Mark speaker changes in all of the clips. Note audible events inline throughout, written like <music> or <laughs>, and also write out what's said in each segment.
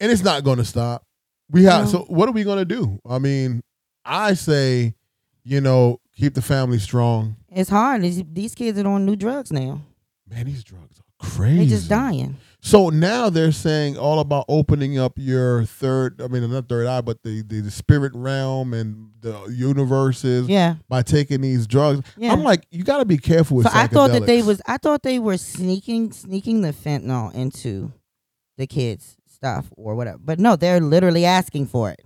Speaker 1: and it's not going to stop. We have
Speaker 2: No.
Speaker 1: so what are we going to do? I mean, I say, you know, keep the family strong.
Speaker 2: It's hard. These- These kids are on new drugs now.
Speaker 1: Man, these drugs are crazy.
Speaker 2: They just dying.
Speaker 1: So now they're saying all about opening up your third, I mean, not third eye, but the, the, the spirit realm and the universes
Speaker 2: Yeah.
Speaker 1: by taking these drugs.
Speaker 2: Yeah.
Speaker 1: I'm like, you got to be careful with
Speaker 2: So I thought that they
Speaker 1: psychedelics.
Speaker 2: was I thought they were sneaking sneaking the fentanyl into the kids stuff or whatever. But no, they're literally asking for it.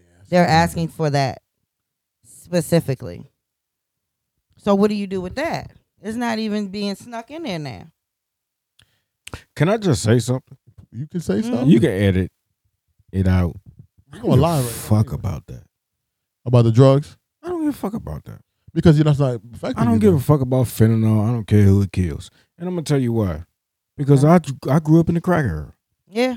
Speaker 3: Mm-hmm.
Speaker 2: They're asking for that specifically. So what do you do with that? It's not even being snuck in there now.
Speaker 3: Can I just say something?
Speaker 1: You can say
Speaker 2: Mhm.
Speaker 1: something.
Speaker 3: You can edit it out.
Speaker 1: You're going lie right now,
Speaker 3: fuck
Speaker 1: anyway.
Speaker 3: about that.
Speaker 1: about the drugs
Speaker 3: I don't give a fuck about that.
Speaker 1: because you're not not affecting.
Speaker 3: I don't
Speaker 1: you
Speaker 3: give
Speaker 1: though.
Speaker 3: a fuck about fentanyl. I don't care who it kills. And I'm gonna tell you why. Because I I grew up in the crack era.
Speaker 2: Yeah.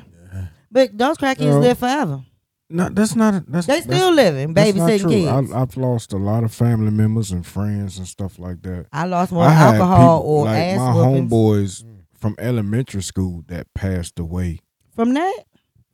Speaker 2: But those crackheads
Speaker 3: Girl.
Speaker 2: live forever.
Speaker 3: No, that's not. That's
Speaker 2: They still living,
Speaker 3: that's,
Speaker 2: babysitting
Speaker 3: that's not true.
Speaker 2: kids.
Speaker 3: I, I've lost a lot of family members and friends and stuff like that.
Speaker 2: I, lost more
Speaker 3: I had
Speaker 2: alcohol
Speaker 3: people,
Speaker 2: or
Speaker 3: like
Speaker 2: ass
Speaker 3: my
Speaker 2: whoopings
Speaker 3: homeboys
Speaker 1: Mm.
Speaker 3: from elementary school that passed away
Speaker 2: from that.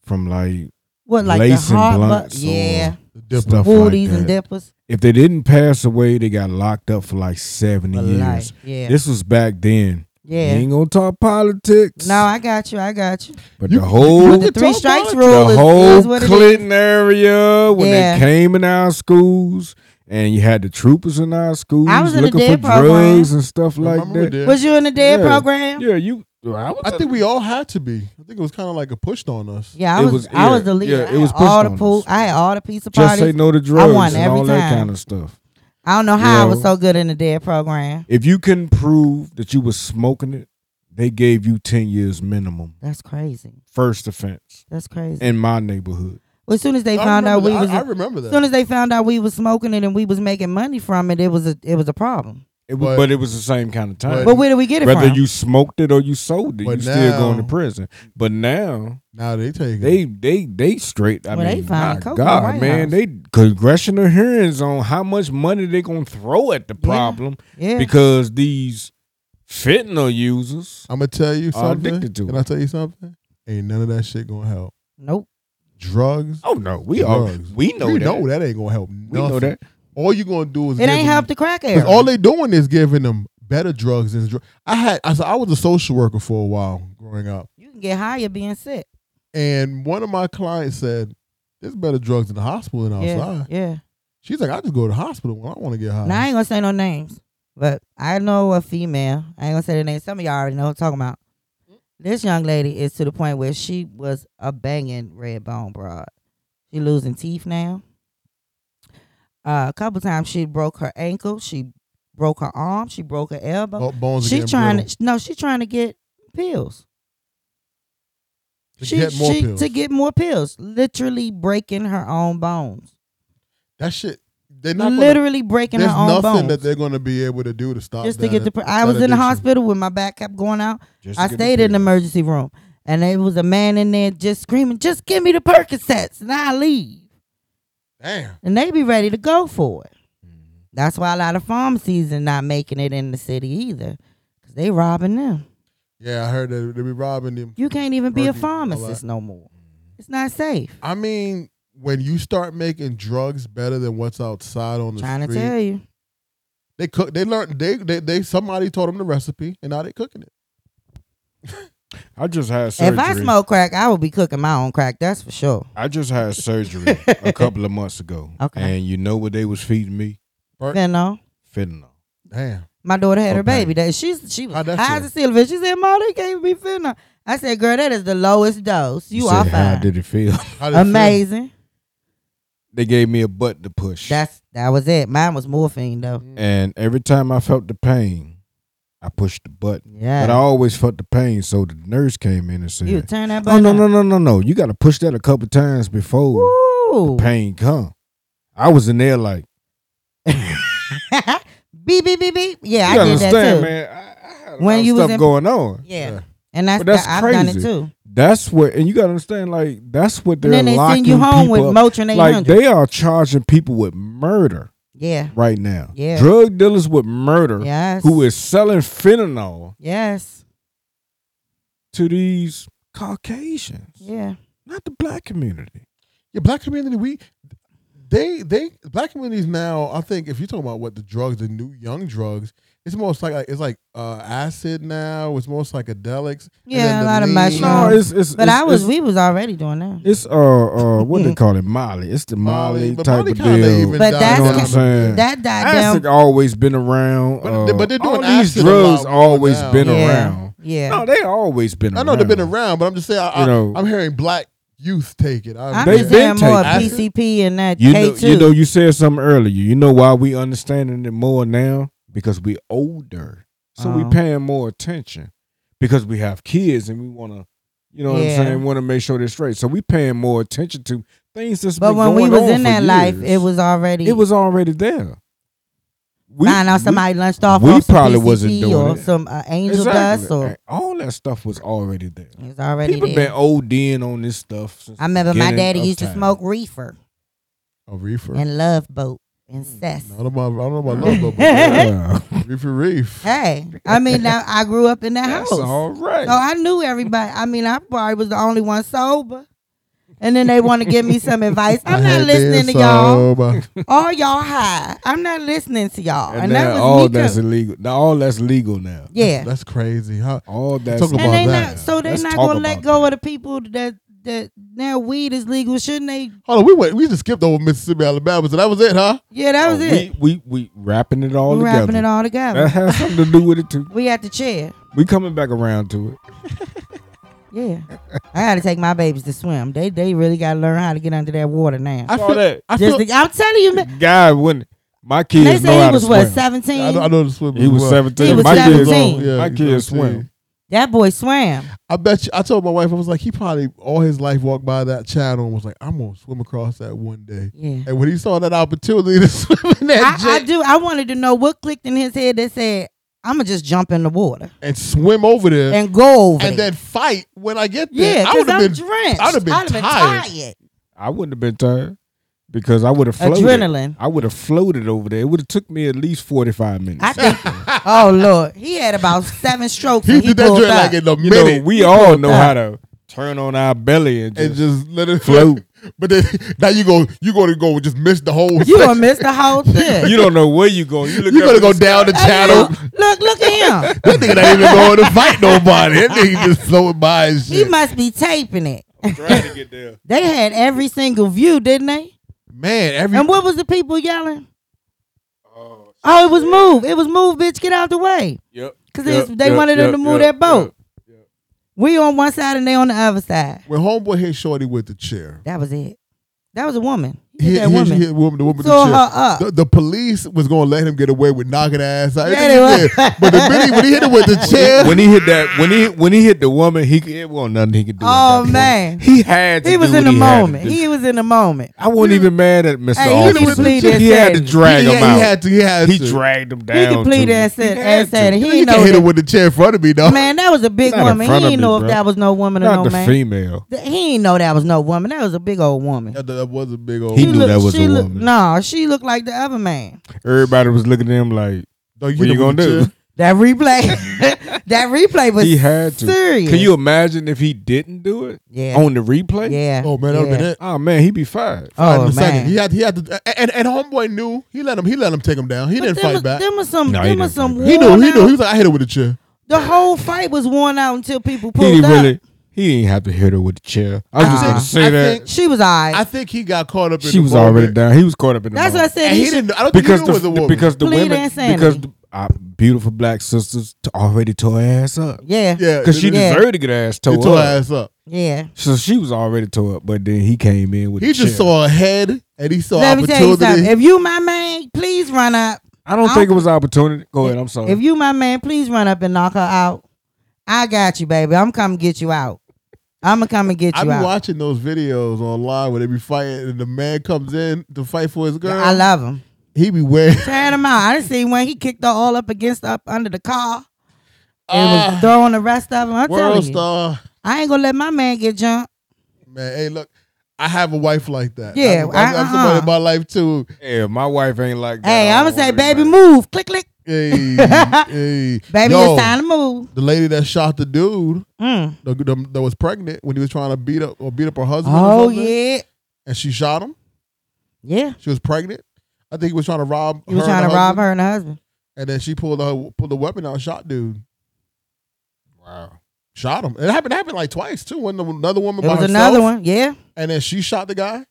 Speaker 3: from like
Speaker 2: What like
Speaker 3: Lace
Speaker 2: the
Speaker 3: and
Speaker 2: heart?
Speaker 3: blunts
Speaker 2: bu-
Speaker 3: or-
Speaker 2: yeah,
Speaker 1: The dipper.
Speaker 3: Stuff. like
Speaker 2: hoodies and
Speaker 3: that.
Speaker 2: dippers
Speaker 3: if they didn't pass away, they got locked up for like seventy
Speaker 2: for
Speaker 3: years.
Speaker 2: life. Yeah,
Speaker 3: This was back then.
Speaker 2: yeah.
Speaker 3: You ain't gonna talk politics.
Speaker 2: No, I got you. I got you.
Speaker 3: but
Speaker 1: You-
Speaker 3: the whole
Speaker 1: you
Speaker 2: The
Speaker 1: can
Speaker 2: three
Speaker 1: talk
Speaker 2: strikes
Speaker 1: about it.
Speaker 2: rule
Speaker 3: the
Speaker 2: is,
Speaker 3: whole
Speaker 2: is what it is.
Speaker 3: Clinton area when
Speaker 2: Yeah.
Speaker 3: they came in our schools and you had the troopers in our schools
Speaker 2: I was in a
Speaker 3: looking for
Speaker 2: dead program.
Speaker 3: drugs and stuff like
Speaker 1: Remember
Speaker 3: that.
Speaker 1: that.
Speaker 2: Was you in the dead
Speaker 3: Yeah.
Speaker 2: program? Yeah,
Speaker 3: Yeah, you. I, was
Speaker 1: I think we all had to be. I think it was kind of like a pushed on us.
Speaker 2: I
Speaker 3: It
Speaker 2: was.
Speaker 3: was-
Speaker 2: I was
Speaker 3: yeah,
Speaker 2: the leader.
Speaker 3: yeah,
Speaker 2: I
Speaker 3: it was
Speaker 2: had all
Speaker 3: pushed
Speaker 2: the
Speaker 3: on
Speaker 2: pool.
Speaker 3: us.
Speaker 2: I had all the pizza
Speaker 3: just
Speaker 2: parties.
Speaker 3: say no to
Speaker 2: I
Speaker 3: drugs
Speaker 2: won
Speaker 3: and
Speaker 2: every
Speaker 3: all that
Speaker 2: time.
Speaker 3: kind of stuff.
Speaker 2: I don't know how I
Speaker 3: Yeah.
Speaker 2: was so good in the dead program.
Speaker 3: If you can prove that you was smoking it, they gave you ten years minimum
Speaker 2: That's crazy.
Speaker 3: first offense
Speaker 2: That's crazy.
Speaker 3: in my neighborhood.
Speaker 2: well, as soon as they
Speaker 1: I
Speaker 2: found out
Speaker 1: remember
Speaker 2: we
Speaker 1: that.
Speaker 2: was,
Speaker 1: I, I
Speaker 2: as
Speaker 1: remember that.
Speaker 2: soon as they found out we was smoking it and we was making money from it, it was a it was a problem.
Speaker 3: It was,
Speaker 1: But-
Speaker 3: but, it was the same kind of time.
Speaker 2: But where did we get it
Speaker 3: Whether
Speaker 2: from?
Speaker 3: you smoked it or you sold it,
Speaker 1: But
Speaker 3: you still going to
Speaker 1: now-
Speaker 3: prison. But now
Speaker 1: now they take it.
Speaker 3: They they they straight. I
Speaker 2: Well, they
Speaker 3: mean,
Speaker 2: found
Speaker 3: my
Speaker 2: coke in the
Speaker 3: God,
Speaker 2: White
Speaker 3: man,
Speaker 2: House.
Speaker 3: they congressional hearings on how much money they gonna throw at the
Speaker 2: Yeah.
Speaker 3: problem
Speaker 2: yeah,
Speaker 3: because these fentanyl users.
Speaker 1: I'm gonna tell you
Speaker 3: Are
Speaker 1: something.
Speaker 3: addicted to
Speaker 1: Can
Speaker 3: it.
Speaker 1: I tell you something? Ain't none of that shit gonna help.
Speaker 2: nope.
Speaker 1: Drugs.
Speaker 3: Oh no, we all
Speaker 1: Drugs.
Speaker 3: we know
Speaker 1: we
Speaker 3: that.
Speaker 1: know that ain't gonna help.
Speaker 3: We know
Speaker 1: nothing.
Speaker 3: that.
Speaker 1: All you gonna do is
Speaker 2: It
Speaker 1: give
Speaker 2: ain't
Speaker 1: them-
Speaker 2: helped the crack
Speaker 1: Because
Speaker 2: era.
Speaker 1: all they doing is giving them better drugs than drugs. I had. I, so I was a social worker for a while growing up,
Speaker 2: you can get higher being sick.
Speaker 1: and one of my clients said, "There's better drugs in the hospital than
Speaker 2: yeah,
Speaker 1: outside."
Speaker 2: yeah.
Speaker 1: She's like, "I just go to the hospital when I want to get high."
Speaker 2: Now I ain't gonna say no names, but I know a female. I ain't gonna say the name. Some of y'all already know what I'm talking about. This young lady is to the point where she was a banging red bone broad. She losing teeth now. Uh, a couple times she broke her ankle. She broke her arm. She broke her elbow.
Speaker 1: Bo- bones. are
Speaker 2: she
Speaker 1: getting
Speaker 2: trying
Speaker 1: brittle.
Speaker 2: to no. She trying to get pills.
Speaker 1: to
Speaker 2: she,
Speaker 1: get more
Speaker 2: she,
Speaker 1: pills.
Speaker 2: To get more pills. Literally breaking her own bones.
Speaker 1: that shit. They're not. Gonna,
Speaker 2: Literally breaking
Speaker 1: there's
Speaker 2: her own
Speaker 1: nothing
Speaker 2: bones.
Speaker 1: that they're gonna be able to do to stop.
Speaker 2: just to
Speaker 1: that
Speaker 2: get the.
Speaker 1: ad-
Speaker 2: pr- I
Speaker 1: that
Speaker 2: was in the
Speaker 1: addiction.
Speaker 2: hospital with my back kept going out.
Speaker 3: Just
Speaker 2: I
Speaker 3: to get the
Speaker 2: stayed in the
Speaker 3: pills.
Speaker 2: emergency room, and there was a man in there just screaming, "Just give me the Percocets, and I leave."
Speaker 1: Damn.
Speaker 2: And they be ready to go for it.
Speaker 3: Mm-hmm.
Speaker 2: That's why a lot of pharmacies are not making it in the city either, because they robbing them.
Speaker 1: Yeah, I heard that they be robbing them.
Speaker 2: You can't even be a
Speaker 1: Perky, a lot. Mm.
Speaker 2: pharmacist no more. It's not safe.
Speaker 1: I mean, when you start making drugs better than what's outside on the
Speaker 2: Trying to
Speaker 1: street,
Speaker 2: tell you,
Speaker 1: They cook. They learned. They, they they somebody told them the recipe, and now they cooking it.
Speaker 3: I just had surgery.
Speaker 2: if I smoke crack, I would be cooking my own crack. That's for sure.
Speaker 3: I just had surgery
Speaker 2: <laughs>
Speaker 3: a couple of months ago.
Speaker 2: Okay.
Speaker 3: And you know what they was feeding me?
Speaker 2: Fentanyl.
Speaker 3: Fentanyl.
Speaker 1: Damn.
Speaker 2: My daughter had her
Speaker 3: Okay.
Speaker 2: baby. That she's she was
Speaker 1: How'd that
Speaker 2: high
Speaker 1: feel?
Speaker 2: as a silver. She said, "Mom, they gave me fentanyl." I said, "Girl, that is the lowest dose. You, are
Speaker 3: said, How
Speaker 2: fine.
Speaker 3: did it feel?
Speaker 1: How did it feel?
Speaker 2: Amazing.
Speaker 3: they gave me a butt to push.
Speaker 2: That's that was it. Mine was morphine though.
Speaker 3: and every time I felt the pain, I pushed the button.
Speaker 2: Yeah,
Speaker 3: But I always felt the pain, so the nurse came in and said,
Speaker 2: you turn that.
Speaker 3: "Oh
Speaker 2: button
Speaker 3: no,
Speaker 2: up.
Speaker 3: no, no, no, no! You got to push that a couple times before
Speaker 2: Ooh.
Speaker 3: pain come." I was in there like,
Speaker 2: <laughs> beep beep beep beep. Yeah,
Speaker 3: you
Speaker 2: I did that
Speaker 3: understand,
Speaker 2: too.
Speaker 3: man? I, I had a
Speaker 2: When
Speaker 3: lot of
Speaker 2: you was
Speaker 3: stuff
Speaker 2: in-
Speaker 3: going on.
Speaker 2: Yeah.
Speaker 1: Yeah.
Speaker 2: and that's,
Speaker 3: But that's
Speaker 2: that- I've done it
Speaker 3: crazy.
Speaker 2: too.
Speaker 3: That's what, and you got to understand, like that's what they're
Speaker 2: And then they
Speaker 3: locking
Speaker 2: send you home with
Speaker 3: people up.
Speaker 2: Motrin eight
Speaker 3: Like
Speaker 2: hundred.
Speaker 3: they are charging people with murder
Speaker 2: yeah.
Speaker 3: right now.
Speaker 2: Yeah.
Speaker 3: Drug dealers with murder
Speaker 2: Yes.
Speaker 3: who is selling fentanyl
Speaker 2: Yes.
Speaker 3: to these Caucasians.
Speaker 2: Yeah.
Speaker 3: Not the black community.
Speaker 1: Yeah, black community, we they they black communities now. I think if you're talking about what the drugs, the new young drugs, it's most like it's like uh, acid now. It's more psychedelics. and
Speaker 2: Yeah,
Speaker 1: then
Speaker 2: a
Speaker 1: the
Speaker 2: lot of
Speaker 1: lean-
Speaker 2: mushrooms.
Speaker 3: No, it's it's.
Speaker 2: But
Speaker 3: it's-
Speaker 2: I was,
Speaker 3: It's,
Speaker 2: we was already doing that.
Speaker 3: it's uh uh what they call it Molly. It's the Molly,
Speaker 1: but
Speaker 3: type
Speaker 1: Molly
Speaker 3: of
Speaker 1: kinda
Speaker 3: deal.
Speaker 1: even
Speaker 2: But
Speaker 1: died down
Speaker 2: that's- You know what
Speaker 1: a
Speaker 3: I'm
Speaker 1: bit.
Speaker 3: saying?
Speaker 2: That died
Speaker 3: Acid
Speaker 2: down.
Speaker 3: always been around.
Speaker 1: But they-
Speaker 3: uh,
Speaker 1: but they're doing
Speaker 3: all these
Speaker 1: acid a lot
Speaker 3: drugs
Speaker 1: more
Speaker 3: always
Speaker 1: now.
Speaker 3: been
Speaker 2: Yeah.
Speaker 3: around.
Speaker 2: Yeah.
Speaker 3: No, they always been.
Speaker 1: I
Speaker 3: around.
Speaker 1: know they've been around, but I'm just saying. I,
Speaker 3: You know.
Speaker 1: I, am hearing black youth take it. I,
Speaker 2: I'm
Speaker 3: They
Speaker 2: just
Speaker 3: been
Speaker 2: saying more
Speaker 1: taking it.
Speaker 2: PCP and that
Speaker 3: You know,
Speaker 2: K2.
Speaker 3: you know, you said something earlier. You know why we understanding it more now because we older, so
Speaker 2: Oh.
Speaker 3: we paying more attention because we have kids and we want to, you know, what
Speaker 2: Yeah.
Speaker 3: I'm saying, want to make sure they're straight. So we paying more attention to things that's.
Speaker 2: but
Speaker 3: been
Speaker 2: when we
Speaker 3: going
Speaker 2: was
Speaker 3: on
Speaker 2: in
Speaker 3: for
Speaker 2: that life, it
Speaker 3: years.
Speaker 2: was already.
Speaker 3: it was already there. We,
Speaker 2: I know somebody lunched off.
Speaker 3: we
Speaker 2: on some
Speaker 3: probably
Speaker 2: PCP
Speaker 3: wasn't doing
Speaker 2: or
Speaker 3: it.
Speaker 2: some uh, angel
Speaker 3: exactly.
Speaker 2: dust or
Speaker 3: all that stuff was already there.
Speaker 2: it was already
Speaker 3: People
Speaker 2: there.
Speaker 3: been ODing on this stuff. Since
Speaker 2: I remember
Speaker 3: the
Speaker 2: my
Speaker 3: beginning
Speaker 2: daddy
Speaker 3: of
Speaker 2: used to
Speaker 3: time.
Speaker 2: smoke reefer
Speaker 1: a reefer. I
Speaker 2: and love boat and
Speaker 3: Mm,
Speaker 2: cess.
Speaker 1: don't know about I don't know
Speaker 2: <laughs>
Speaker 1: about love, but- but yeah,
Speaker 3: Yeah.
Speaker 1: reefer reef.
Speaker 2: Hey, I mean, now I grew up in that
Speaker 3: That's
Speaker 2: house.
Speaker 3: all right.
Speaker 2: So I knew everybody. I mean, I probably was the only one sober. And then they want to give me some
Speaker 3: <laughs>
Speaker 2: advice. I'm
Speaker 1: I
Speaker 2: not
Speaker 1: had been
Speaker 2: listening to y'all.
Speaker 1: sober.
Speaker 2: All y'all high. I'm not listening to y'all. And,
Speaker 3: and, now
Speaker 2: that was
Speaker 3: all
Speaker 2: me.
Speaker 3: that's
Speaker 2: That's
Speaker 3: illegal. Now all that's legal now.
Speaker 2: <laughs> yeah.
Speaker 1: That's crazy. How,
Speaker 3: All that's
Speaker 1: Talk
Speaker 2: and
Speaker 1: about
Speaker 2: they
Speaker 1: that.
Speaker 2: not so they
Speaker 3: Let's
Speaker 2: not
Speaker 3: talk
Speaker 2: gonna let
Speaker 3: about
Speaker 2: go
Speaker 3: that.
Speaker 2: of the people that that now weed is legal. Shouldn't they?
Speaker 1: hold on, we went, we just skipped over Mississippi, Alabama, so that was it, huh?
Speaker 2: Yeah, that was
Speaker 3: Oh,
Speaker 2: it.
Speaker 3: We, we we wrapping it all
Speaker 2: We're
Speaker 3: together. Eh?
Speaker 2: wrapping it all together.
Speaker 3: That has something to do with it too.
Speaker 2: we at the chair.
Speaker 3: We coming back around to it.
Speaker 2: Yeah, I got to take my babies to swim. They they really got to learn how to get under that water now.
Speaker 1: I
Speaker 3: Saw
Speaker 1: feel
Speaker 3: that.
Speaker 1: I
Speaker 2: Just
Speaker 1: feel,
Speaker 2: to- I'm telling you, man.
Speaker 3: God, when my
Speaker 2: They
Speaker 3: kids know
Speaker 2: say
Speaker 3: how
Speaker 2: he was
Speaker 3: to
Speaker 2: what
Speaker 3: swim.
Speaker 2: seventeen.
Speaker 1: I know, I know the swimmer.
Speaker 3: He was
Speaker 1: well.
Speaker 3: seventeen.
Speaker 2: He was
Speaker 3: my kids,
Speaker 2: 17.
Speaker 1: Yeah,
Speaker 3: my
Speaker 1: he's
Speaker 3: kids
Speaker 1: 17.
Speaker 3: swim.
Speaker 2: that boy swam.
Speaker 1: I bet you. I told my wife, I was like, he probably all his life walked by that channel and was like, I'm gonna swim across that one day.
Speaker 2: Yeah,
Speaker 1: And when he saw that opportunity to <laughs> swim in that
Speaker 2: I, I
Speaker 1: jet
Speaker 2: do. I wanted to know what clicked in his head that said, "I'm gonna just jump in the water
Speaker 1: and swim over there and,
Speaker 2: and go over." there.
Speaker 1: then fight when I get there,
Speaker 2: yeah,
Speaker 1: I
Speaker 2: because
Speaker 1: would
Speaker 2: I'm
Speaker 1: have been.
Speaker 2: drenched.
Speaker 1: I would've been
Speaker 2: I'd've
Speaker 1: tired.
Speaker 3: I wouldn't have been tired because I would have floated.
Speaker 2: Adrenaline.
Speaker 3: I would have floated over there. It would have took me at least forty five minutes.
Speaker 2: I think. oh Lord, he had about seven strokes.
Speaker 1: He
Speaker 2: and
Speaker 1: did that
Speaker 2: pulled
Speaker 1: joint
Speaker 2: up.
Speaker 1: like in a
Speaker 3: you
Speaker 1: minute
Speaker 3: know, we all know
Speaker 2: that.
Speaker 3: how to turn on our belly and just,
Speaker 1: and just let it
Speaker 3: float.
Speaker 1: <laughs> But then now you go, you gonna go just miss the whole.
Speaker 2: You
Speaker 1: section.
Speaker 2: gonna miss the whole thing. <laughs>
Speaker 3: you don't know where you going. You look
Speaker 1: You
Speaker 3: up
Speaker 1: gonna
Speaker 3: in
Speaker 1: go
Speaker 3: the
Speaker 1: down the
Speaker 2: I
Speaker 1: channel.
Speaker 2: know. Look, look at him.
Speaker 1: That nigga not
Speaker 2: <laughs>
Speaker 1: even going to fight nobody. That nigga just floating by and
Speaker 2: He
Speaker 1: shit.
Speaker 2: must be taping it.
Speaker 3: sky trying to
Speaker 2: <laughs>
Speaker 3: get there.
Speaker 2: They had every single view, didn't they?
Speaker 1: Man, every
Speaker 2: And what was the people yelling? Oh, it was move. It was move, bitch. Get out the way.
Speaker 3: Yep.
Speaker 2: 'Cause they- they wanted them to move that boat. We on one side and they on the other side.
Speaker 1: when homeboy hit Shorty with the chair,
Speaker 2: That was it. That was a woman. He
Speaker 1: he
Speaker 2: hit that
Speaker 1: he-
Speaker 2: woman.
Speaker 1: he hit woman, the woman with
Speaker 2: Tore
Speaker 1: the
Speaker 2: her
Speaker 1: chair.
Speaker 2: up.
Speaker 1: The, the police was gonna let him get away with knocking her ass out.
Speaker 2: Yeah, they
Speaker 1: Everything he did. But the minute when he hit him with the chair,
Speaker 3: <laughs> When he hit that, when he when he hit the woman, he it wasn't nothing he could do. at
Speaker 2: Oh,
Speaker 3: that point.
Speaker 2: man.
Speaker 3: he had to
Speaker 2: he was
Speaker 3: do
Speaker 2: in
Speaker 3: what
Speaker 2: the
Speaker 3: he had to
Speaker 2: moment.
Speaker 3: do.
Speaker 2: He was in the moment.
Speaker 3: I wasn't even mad at Mister
Speaker 2: Hey, he
Speaker 1: was
Speaker 3: Officer. He,
Speaker 2: bleeding
Speaker 3: had to
Speaker 2: and-
Speaker 3: drag
Speaker 1: he,
Speaker 3: him
Speaker 1: had,
Speaker 3: out.
Speaker 1: he had to. He had
Speaker 3: He
Speaker 1: to.
Speaker 3: dragged him down.
Speaker 2: He completed
Speaker 3: too.
Speaker 2: and said,
Speaker 3: He had
Speaker 2: and said
Speaker 3: to.
Speaker 2: he,
Speaker 1: He
Speaker 2: know
Speaker 1: can't hit him
Speaker 2: that.
Speaker 1: with the chair in front of me, though.
Speaker 2: Man, that was a big
Speaker 3: Not in
Speaker 2: woman. He
Speaker 3: front of
Speaker 2: didn't
Speaker 3: me,
Speaker 2: know if
Speaker 3: bro.
Speaker 2: that was no woman or
Speaker 3: Not
Speaker 2: no
Speaker 3: the
Speaker 2: man.
Speaker 3: female.
Speaker 2: Th- He didn't know that was no woman. That was a big old woman.
Speaker 1: That, that was a big old.
Speaker 3: He knew that was
Speaker 2: she
Speaker 3: a
Speaker 2: look-
Speaker 3: woman.
Speaker 2: Nah, she looked like the other man.
Speaker 3: Everybody was looking at him like,
Speaker 1: Dog,
Speaker 3: "What
Speaker 1: hit
Speaker 3: you
Speaker 1: him
Speaker 3: gonna
Speaker 1: with the
Speaker 3: do?"
Speaker 1: chair.
Speaker 2: That replay, <laughs> that replay was
Speaker 3: He had to.
Speaker 2: serious.
Speaker 3: Can you imagine if he didn't do it
Speaker 2: Yeah.
Speaker 3: on the replay?
Speaker 2: yeah.
Speaker 1: Oh man, that would
Speaker 2: yeah.
Speaker 1: have been it.
Speaker 3: Oh man, he'd be fired.
Speaker 1: Five in
Speaker 2: Oh
Speaker 1: a
Speaker 2: man.
Speaker 1: second. He had. He had to. And, and homeboy knew. He let him. He let him take him down. He
Speaker 2: But
Speaker 1: didn't
Speaker 2: them
Speaker 1: fight
Speaker 2: was,
Speaker 1: back.
Speaker 2: Them was some.
Speaker 3: No, he
Speaker 2: them was
Speaker 3: didn't
Speaker 2: some.
Speaker 3: fight
Speaker 1: He knew.
Speaker 2: worn
Speaker 1: He knew.
Speaker 2: out-
Speaker 1: He was like, I hit him with the chair.
Speaker 2: the whole fight was worn out until people
Speaker 3: He
Speaker 2: pulled
Speaker 3: didn't
Speaker 2: up.
Speaker 3: really. He didn't have to hit her with the chair. I was just
Speaker 2: Uh,
Speaker 3: gonna say
Speaker 1: I
Speaker 3: that
Speaker 1: think-
Speaker 2: She was alright.
Speaker 1: I think he got caught up. in
Speaker 3: she
Speaker 1: the
Speaker 3: was
Speaker 1: moment.
Speaker 3: already down. He was caught up in the
Speaker 2: That's what I
Speaker 3: moment.
Speaker 2: said.
Speaker 1: And he
Speaker 2: should-
Speaker 1: didn't. I don't think he
Speaker 3: because
Speaker 1: knew
Speaker 3: the,
Speaker 1: it was a woman.
Speaker 3: because the
Speaker 2: Plead
Speaker 3: women
Speaker 2: insanity.
Speaker 3: because the, our beautiful black sisters t- already tore her ass up
Speaker 2: Yeah. Yeah.
Speaker 1: Uh, yeah,
Speaker 3: because she
Speaker 1: they-
Speaker 2: Yeah.
Speaker 3: deserved to get her ass
Speaker 1: they
Speaker 3: tore
Speaker 1: tore her
Speaker 3: up.
Speaker 1: ass up.
Speaker 3: So she was already tore up, but then he came in with.
Speaker 1: He
Speaker 3: the
Speaker 1: just
Speaker 3: chair.
Speaker 1: saw a head and he saw
Speaker 2: Let me tell you something.
Speaker 1: opportunity.
Speaker 2: If you my man, please run up.
Speaker 3: I don't
Speaker 2: I
Speaker 3: think it was opportunity. Go ahead. I'm sorry.
Speaker 2: If you my man, please run up and knock her out. I got you, baby. I'm coming get you out. I'm gonna come and get
Speaker 1: I
Speaker 2: you
Speaker 1: be
Speaker 2: out.
Speaker 1: watching those videos online where they be fighting and the man comes in to fight for his girl.
Speaker 2: I love him.
Speaker 1: he be wearing.
Speaker 2: Tearing him out. I didn't see when he kicked her all up against up under the car and
Speaker 1: Ah,
Speaker 2: was throwing the rest of them. I'm
Speaker 1: world
Speaker 2: telling you,
Speaker 1: star.
Speaker 2: I ain't gonna let my man get jumped.
Speaker 1: Man, hey, look. I have a wife like that.
Speaker 2: Yeah,
Speaker 1: I, I, I have
Speaker 2: uh-uh.
Speaker 1: somebody in my life too.
Speaker 3: Yeah, my wife ain't like that.
Speaker 2: Hey,
Speaker 3: I
Speaker 2: I'm
Speaker 3: don't
Speaker 2: gonna say,
Speaker 3: wanna be
Speaker 2: baby,
Speaker 3: like-
Speaker 2: move. Click, click. <laughs>
Speaker 1: Hey, hey.
Speaker 2: Baby,
Speaker 1: Yo,
Speaker 2: it's time to move.
Speaker 1: the lady that shot the dude
Speaker 2: Mm.
Speaker 1: the, the- that was pregnant when he was trying to beat up or beat up her husband. or
Speaker 2: Oh
Speaker 1: something,
Speaker 2: yeah,
Speaker 1: and she shot him.
Speaker 2: yeah.
Speaker 1: She was pregnant. I think he was trying to rob.
Speaker 2: You was
Speaker 1: her
Speaker 2: trying
Speaker 1: and
Speaker 2: to
Speaker 1: her
Speaker 2: rob
Speaker 1: husband,
Speaker 2: her and her husband.
Speaker 1: and then she pulled her pulled the weapon out, and shot dude,
Speaker 3: Wow.
Speaker 1: shot him. It happened happened like twice too. One another woman
Speaker 2: It
Speaker 1: by
Speaker 2: was
Speaker 1: herself,
Speaker 2: another one. Yeah,
Speaker 1: and then she shot the guy.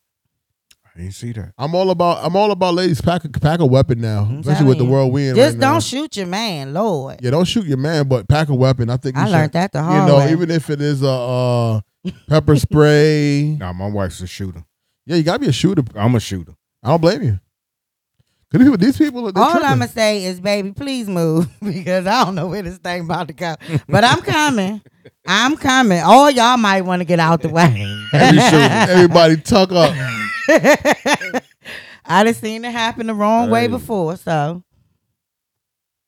Speaker 3: I didn't see that.
Speaker 1: I'm all about I'm all about ladies pack a, pack a weapon now,
Speaker 2: I'm
Speaker 1: especially
Speaker 2: telling
Speaker 1: with the
Speaker 2: you.
Speaker 1: world we in.
Speaker 2: just
Speaker 1: right
Speaker 2: don't
Speaker 1: now.
Speaker 2: shoot your man, Lord.
Speaker 1: yeah, don't shoot your man, but pack a weapon. I think you
Speaker 2: I
Speaker 1: should-
Speaker 2: learned that the
Speaker 1: You
Speaker 2: hard
Speaker 1: know,
Speaker 2: way.
Speaker 1: even if it is a uh, pepper <laughs> spray,
Speaker 3: Nah, my wife's a shooter.
Speaker 1: yeah, you gotta be a shooter.
Speaker 3: I'm a shooter.
Speaker 1: I don't blame you. Cause these people, these people, are- they're
Speaker 2: All
Speaker 1: tripping.
Speaker 2: I'm gonna say is, baby, please move <laughs> because I don't know where this thing about to go. But I'm coming. I'm coming. All y'all might want to get out the way. <laughs>
Speaker 1: Every shooter- everybody tuck up.
Speaker 2: I done seen it happen the wrong way
Speaker 3: Hey.
Speaker 2: before, so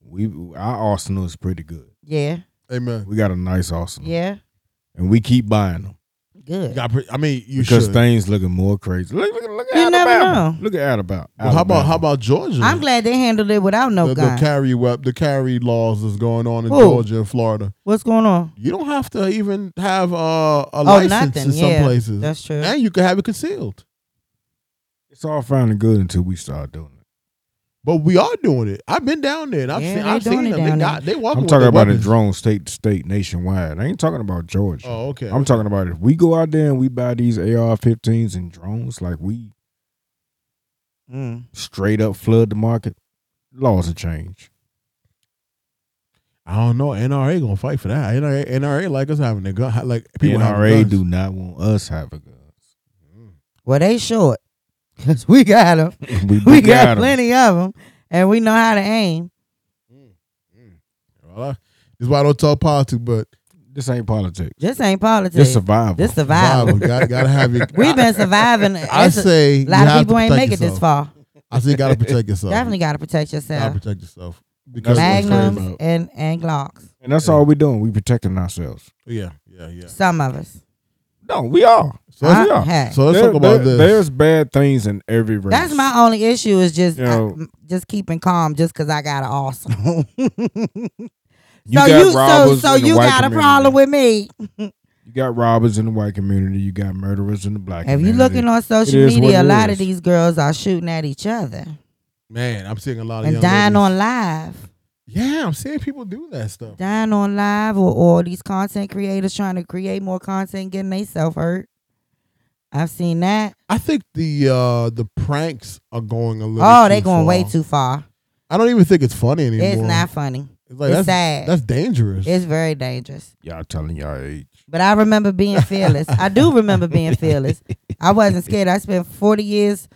Speaker 3: We our arsenal is pretty good.
Speaker 2: yeah,
Speaker 1: Amen.
Speaker 3: We got a nice arsenal,
Speaker 2: yeah,
Speaker 3: and we keep buying them
Speaker 1: You
Speaker 2: good.
Speaker 1: got pre- I mean, you
Speaker 3: because
Speaker 1: should.
Speaker 3: things looking more crazy. Look, look, look at
Speaker 2: You never
Speaker 3: Alabama.
Speaker 2: know.
Speaker 3: Look at Alabama.
Speaker 1: Well, how about
Speaker 3: Alabama.
Speaker 1: how about Georgia?
Speaker 2: I'm glad they handled it without no
Speaker 1: the, the
Speaker 2: gun.
Speaker 1: carry web, the carry laws that's going on in
Speaker 2: Who?
Speaker 1: Georgia and Florida.
Speaker 2: What's going on?
Speaker 1: You don't have to even have uh, a license
Speaker 2: Oh, nothing,
Speaker 1: in some
Speaker 2: yeah.
Speaker 1: places,
Speaker 2: That's true.
Speaker 1: and you can have it concealed.
Speaker 3: It's all fine and good until we start doing it.
Speaker 1: But we are doing it. I've been down there, and I've
Speaker 2: Yeah,
Speaker 1: seen,
Speaker 2: they
Speaker 1: I've
Speaker 2: doing
Speaker 1: seen
Speaker 2: it
Speaker 1: them. They,
Speaker 2: down
Speaker 1: got, they walking.
Speaker 3: I'm
Speaker 1: with
Speaker 3: talking
Speaker 1: their
Speaker 3: about it
Speaker 1: weapons.
Speaker 3: drone state to state nationwide. I ain't talking about Georgia.
Speaker 1: Oh, okay.
Speaker 3: I'm talking about if we go out there and we buy these AR-15s and drones, like we
Speaker 2: Mm.
Speaker 3: straight up flood the market, laws will change.
Speaker 1: I don't know. NRA gonna fight for that. NRA, NRA like us having a gun. Like people having
Speaker 3: NRA
Speaker 1: guns.
Speaker 3: do not want us having guns.
Speaker 2: Well, they short <laughs> because we got them.
Speaker 3: <laughs> We,
Speaker 2: We got,
Speaker 3: 'em.
Speaker 2: plenty of them, and we know how to aim.
Speaker 1: Well, I, this is why I don't talk politics, but
Speaker 3: This ain't politics.
Speaker 2: This ain't politics.
Speaker 3: This survival.
Speaker 2: This survival.
Speaker 1: survival. got, gotta have it.
Speaker 2: <laughs> We've been surviving.
Speaker 1: I, I
Speaker 2: It's a-
Speaker 1: say
Speaker 2: a lot
Speaker 1: you
Speaker 2: of
Speaker 1: have
Speaker 2: people
Speaker 1: to
Speaker 2: ain't
Speaker 1: protect
Speaker 2: make it
Speaker 1: yourself.
Speaker 2: this far.
Speaker 1: I say you gotta
Speaker 2: <laughs>
Speaker 1: protect yourself.
Speaker 2: Definitely got to protect
Speaker 1: gotta
Speaker 2: yourself.
Speaker 1: protect yourself because
Speaker 3: That's what it's
Speaker 1: it's
Speaker 2: Magnums
Speaker 1: about-
Speaker 2: and and Glocks.
Speaker 3: and that's all we doing. We protecting ourselves.
Speaker 1: Yeah, yeah, yeah.
Speaker 2: Some of us.
Speaker 3: No, we are.
Speaker 1: So
Speaker 2: I-
Speaker 1: let's,
Speaker 3: yeah.
Speaker 2: hey,
Speaker 1: so let's
Speaker 3: There-
Speaker 1: talk about this.
Speaker 3: there- There's bad things in every race.
Speaker 2: that's my only issue is just
Speaker 3: You know-
Speaker 2: uh, just keeping calm just because I got an awesome.
Speaker 3: You
Speaker 2: so
Speaker 3: got
Speaker 2: you so
Speaker 3: robbers
Speaker 2: so
Speaker 3: in the
Speaker 2: you
Speaker 3: white
Speaker 2: got a
Speaker 3: community.
Speaker 2: problem with me.
Speaker 3: You got robbers in the white community. You got murderers in the black.
Speaker 2: If you
Speaker 3: community.
Speaker 2: looking on social
Speaker 3: It is what
Speaker 2: media, a
Speaker 3: it
Speaker 2: lot
Speaker 3: is.
Speaker 2: of these girls are shooting at each other
Speaker 1: Man, I'm seeing a lot of
Speaker 2: and
Speaker 1: young
Speaker 2: dying
Speaker 1: Oh, ladies-
Speaker 2: on live,
Speaker 1: Yeah, I'm seeing people do that stuff.
Speaker 2: dying on live, or or these content creators trying to create more content, getting themselves hurt. I've seen that.
Speaker 1: I think the uh the pranks are going a little.
Speaker 2: Oh,
Speaker 1: too
Speaker 2: they going way
Speaker 1: far.
Speaker 2: too far.
Speaker 1: I don't even think it's funny anymore.
Speaker 2: It's not funny.
Speaker 1: It's like
Speaker 2: it's
Speaker 1: that's
Speaker 2: sad.
Speaker 1: that's dangerous.
Speaker 2: It's very dangerous.
Speaker 3: y'all telling y'all age.
Speaker 2: But I remember being fearless. I do remember being fearless. I wasn't scared. I spent 40 years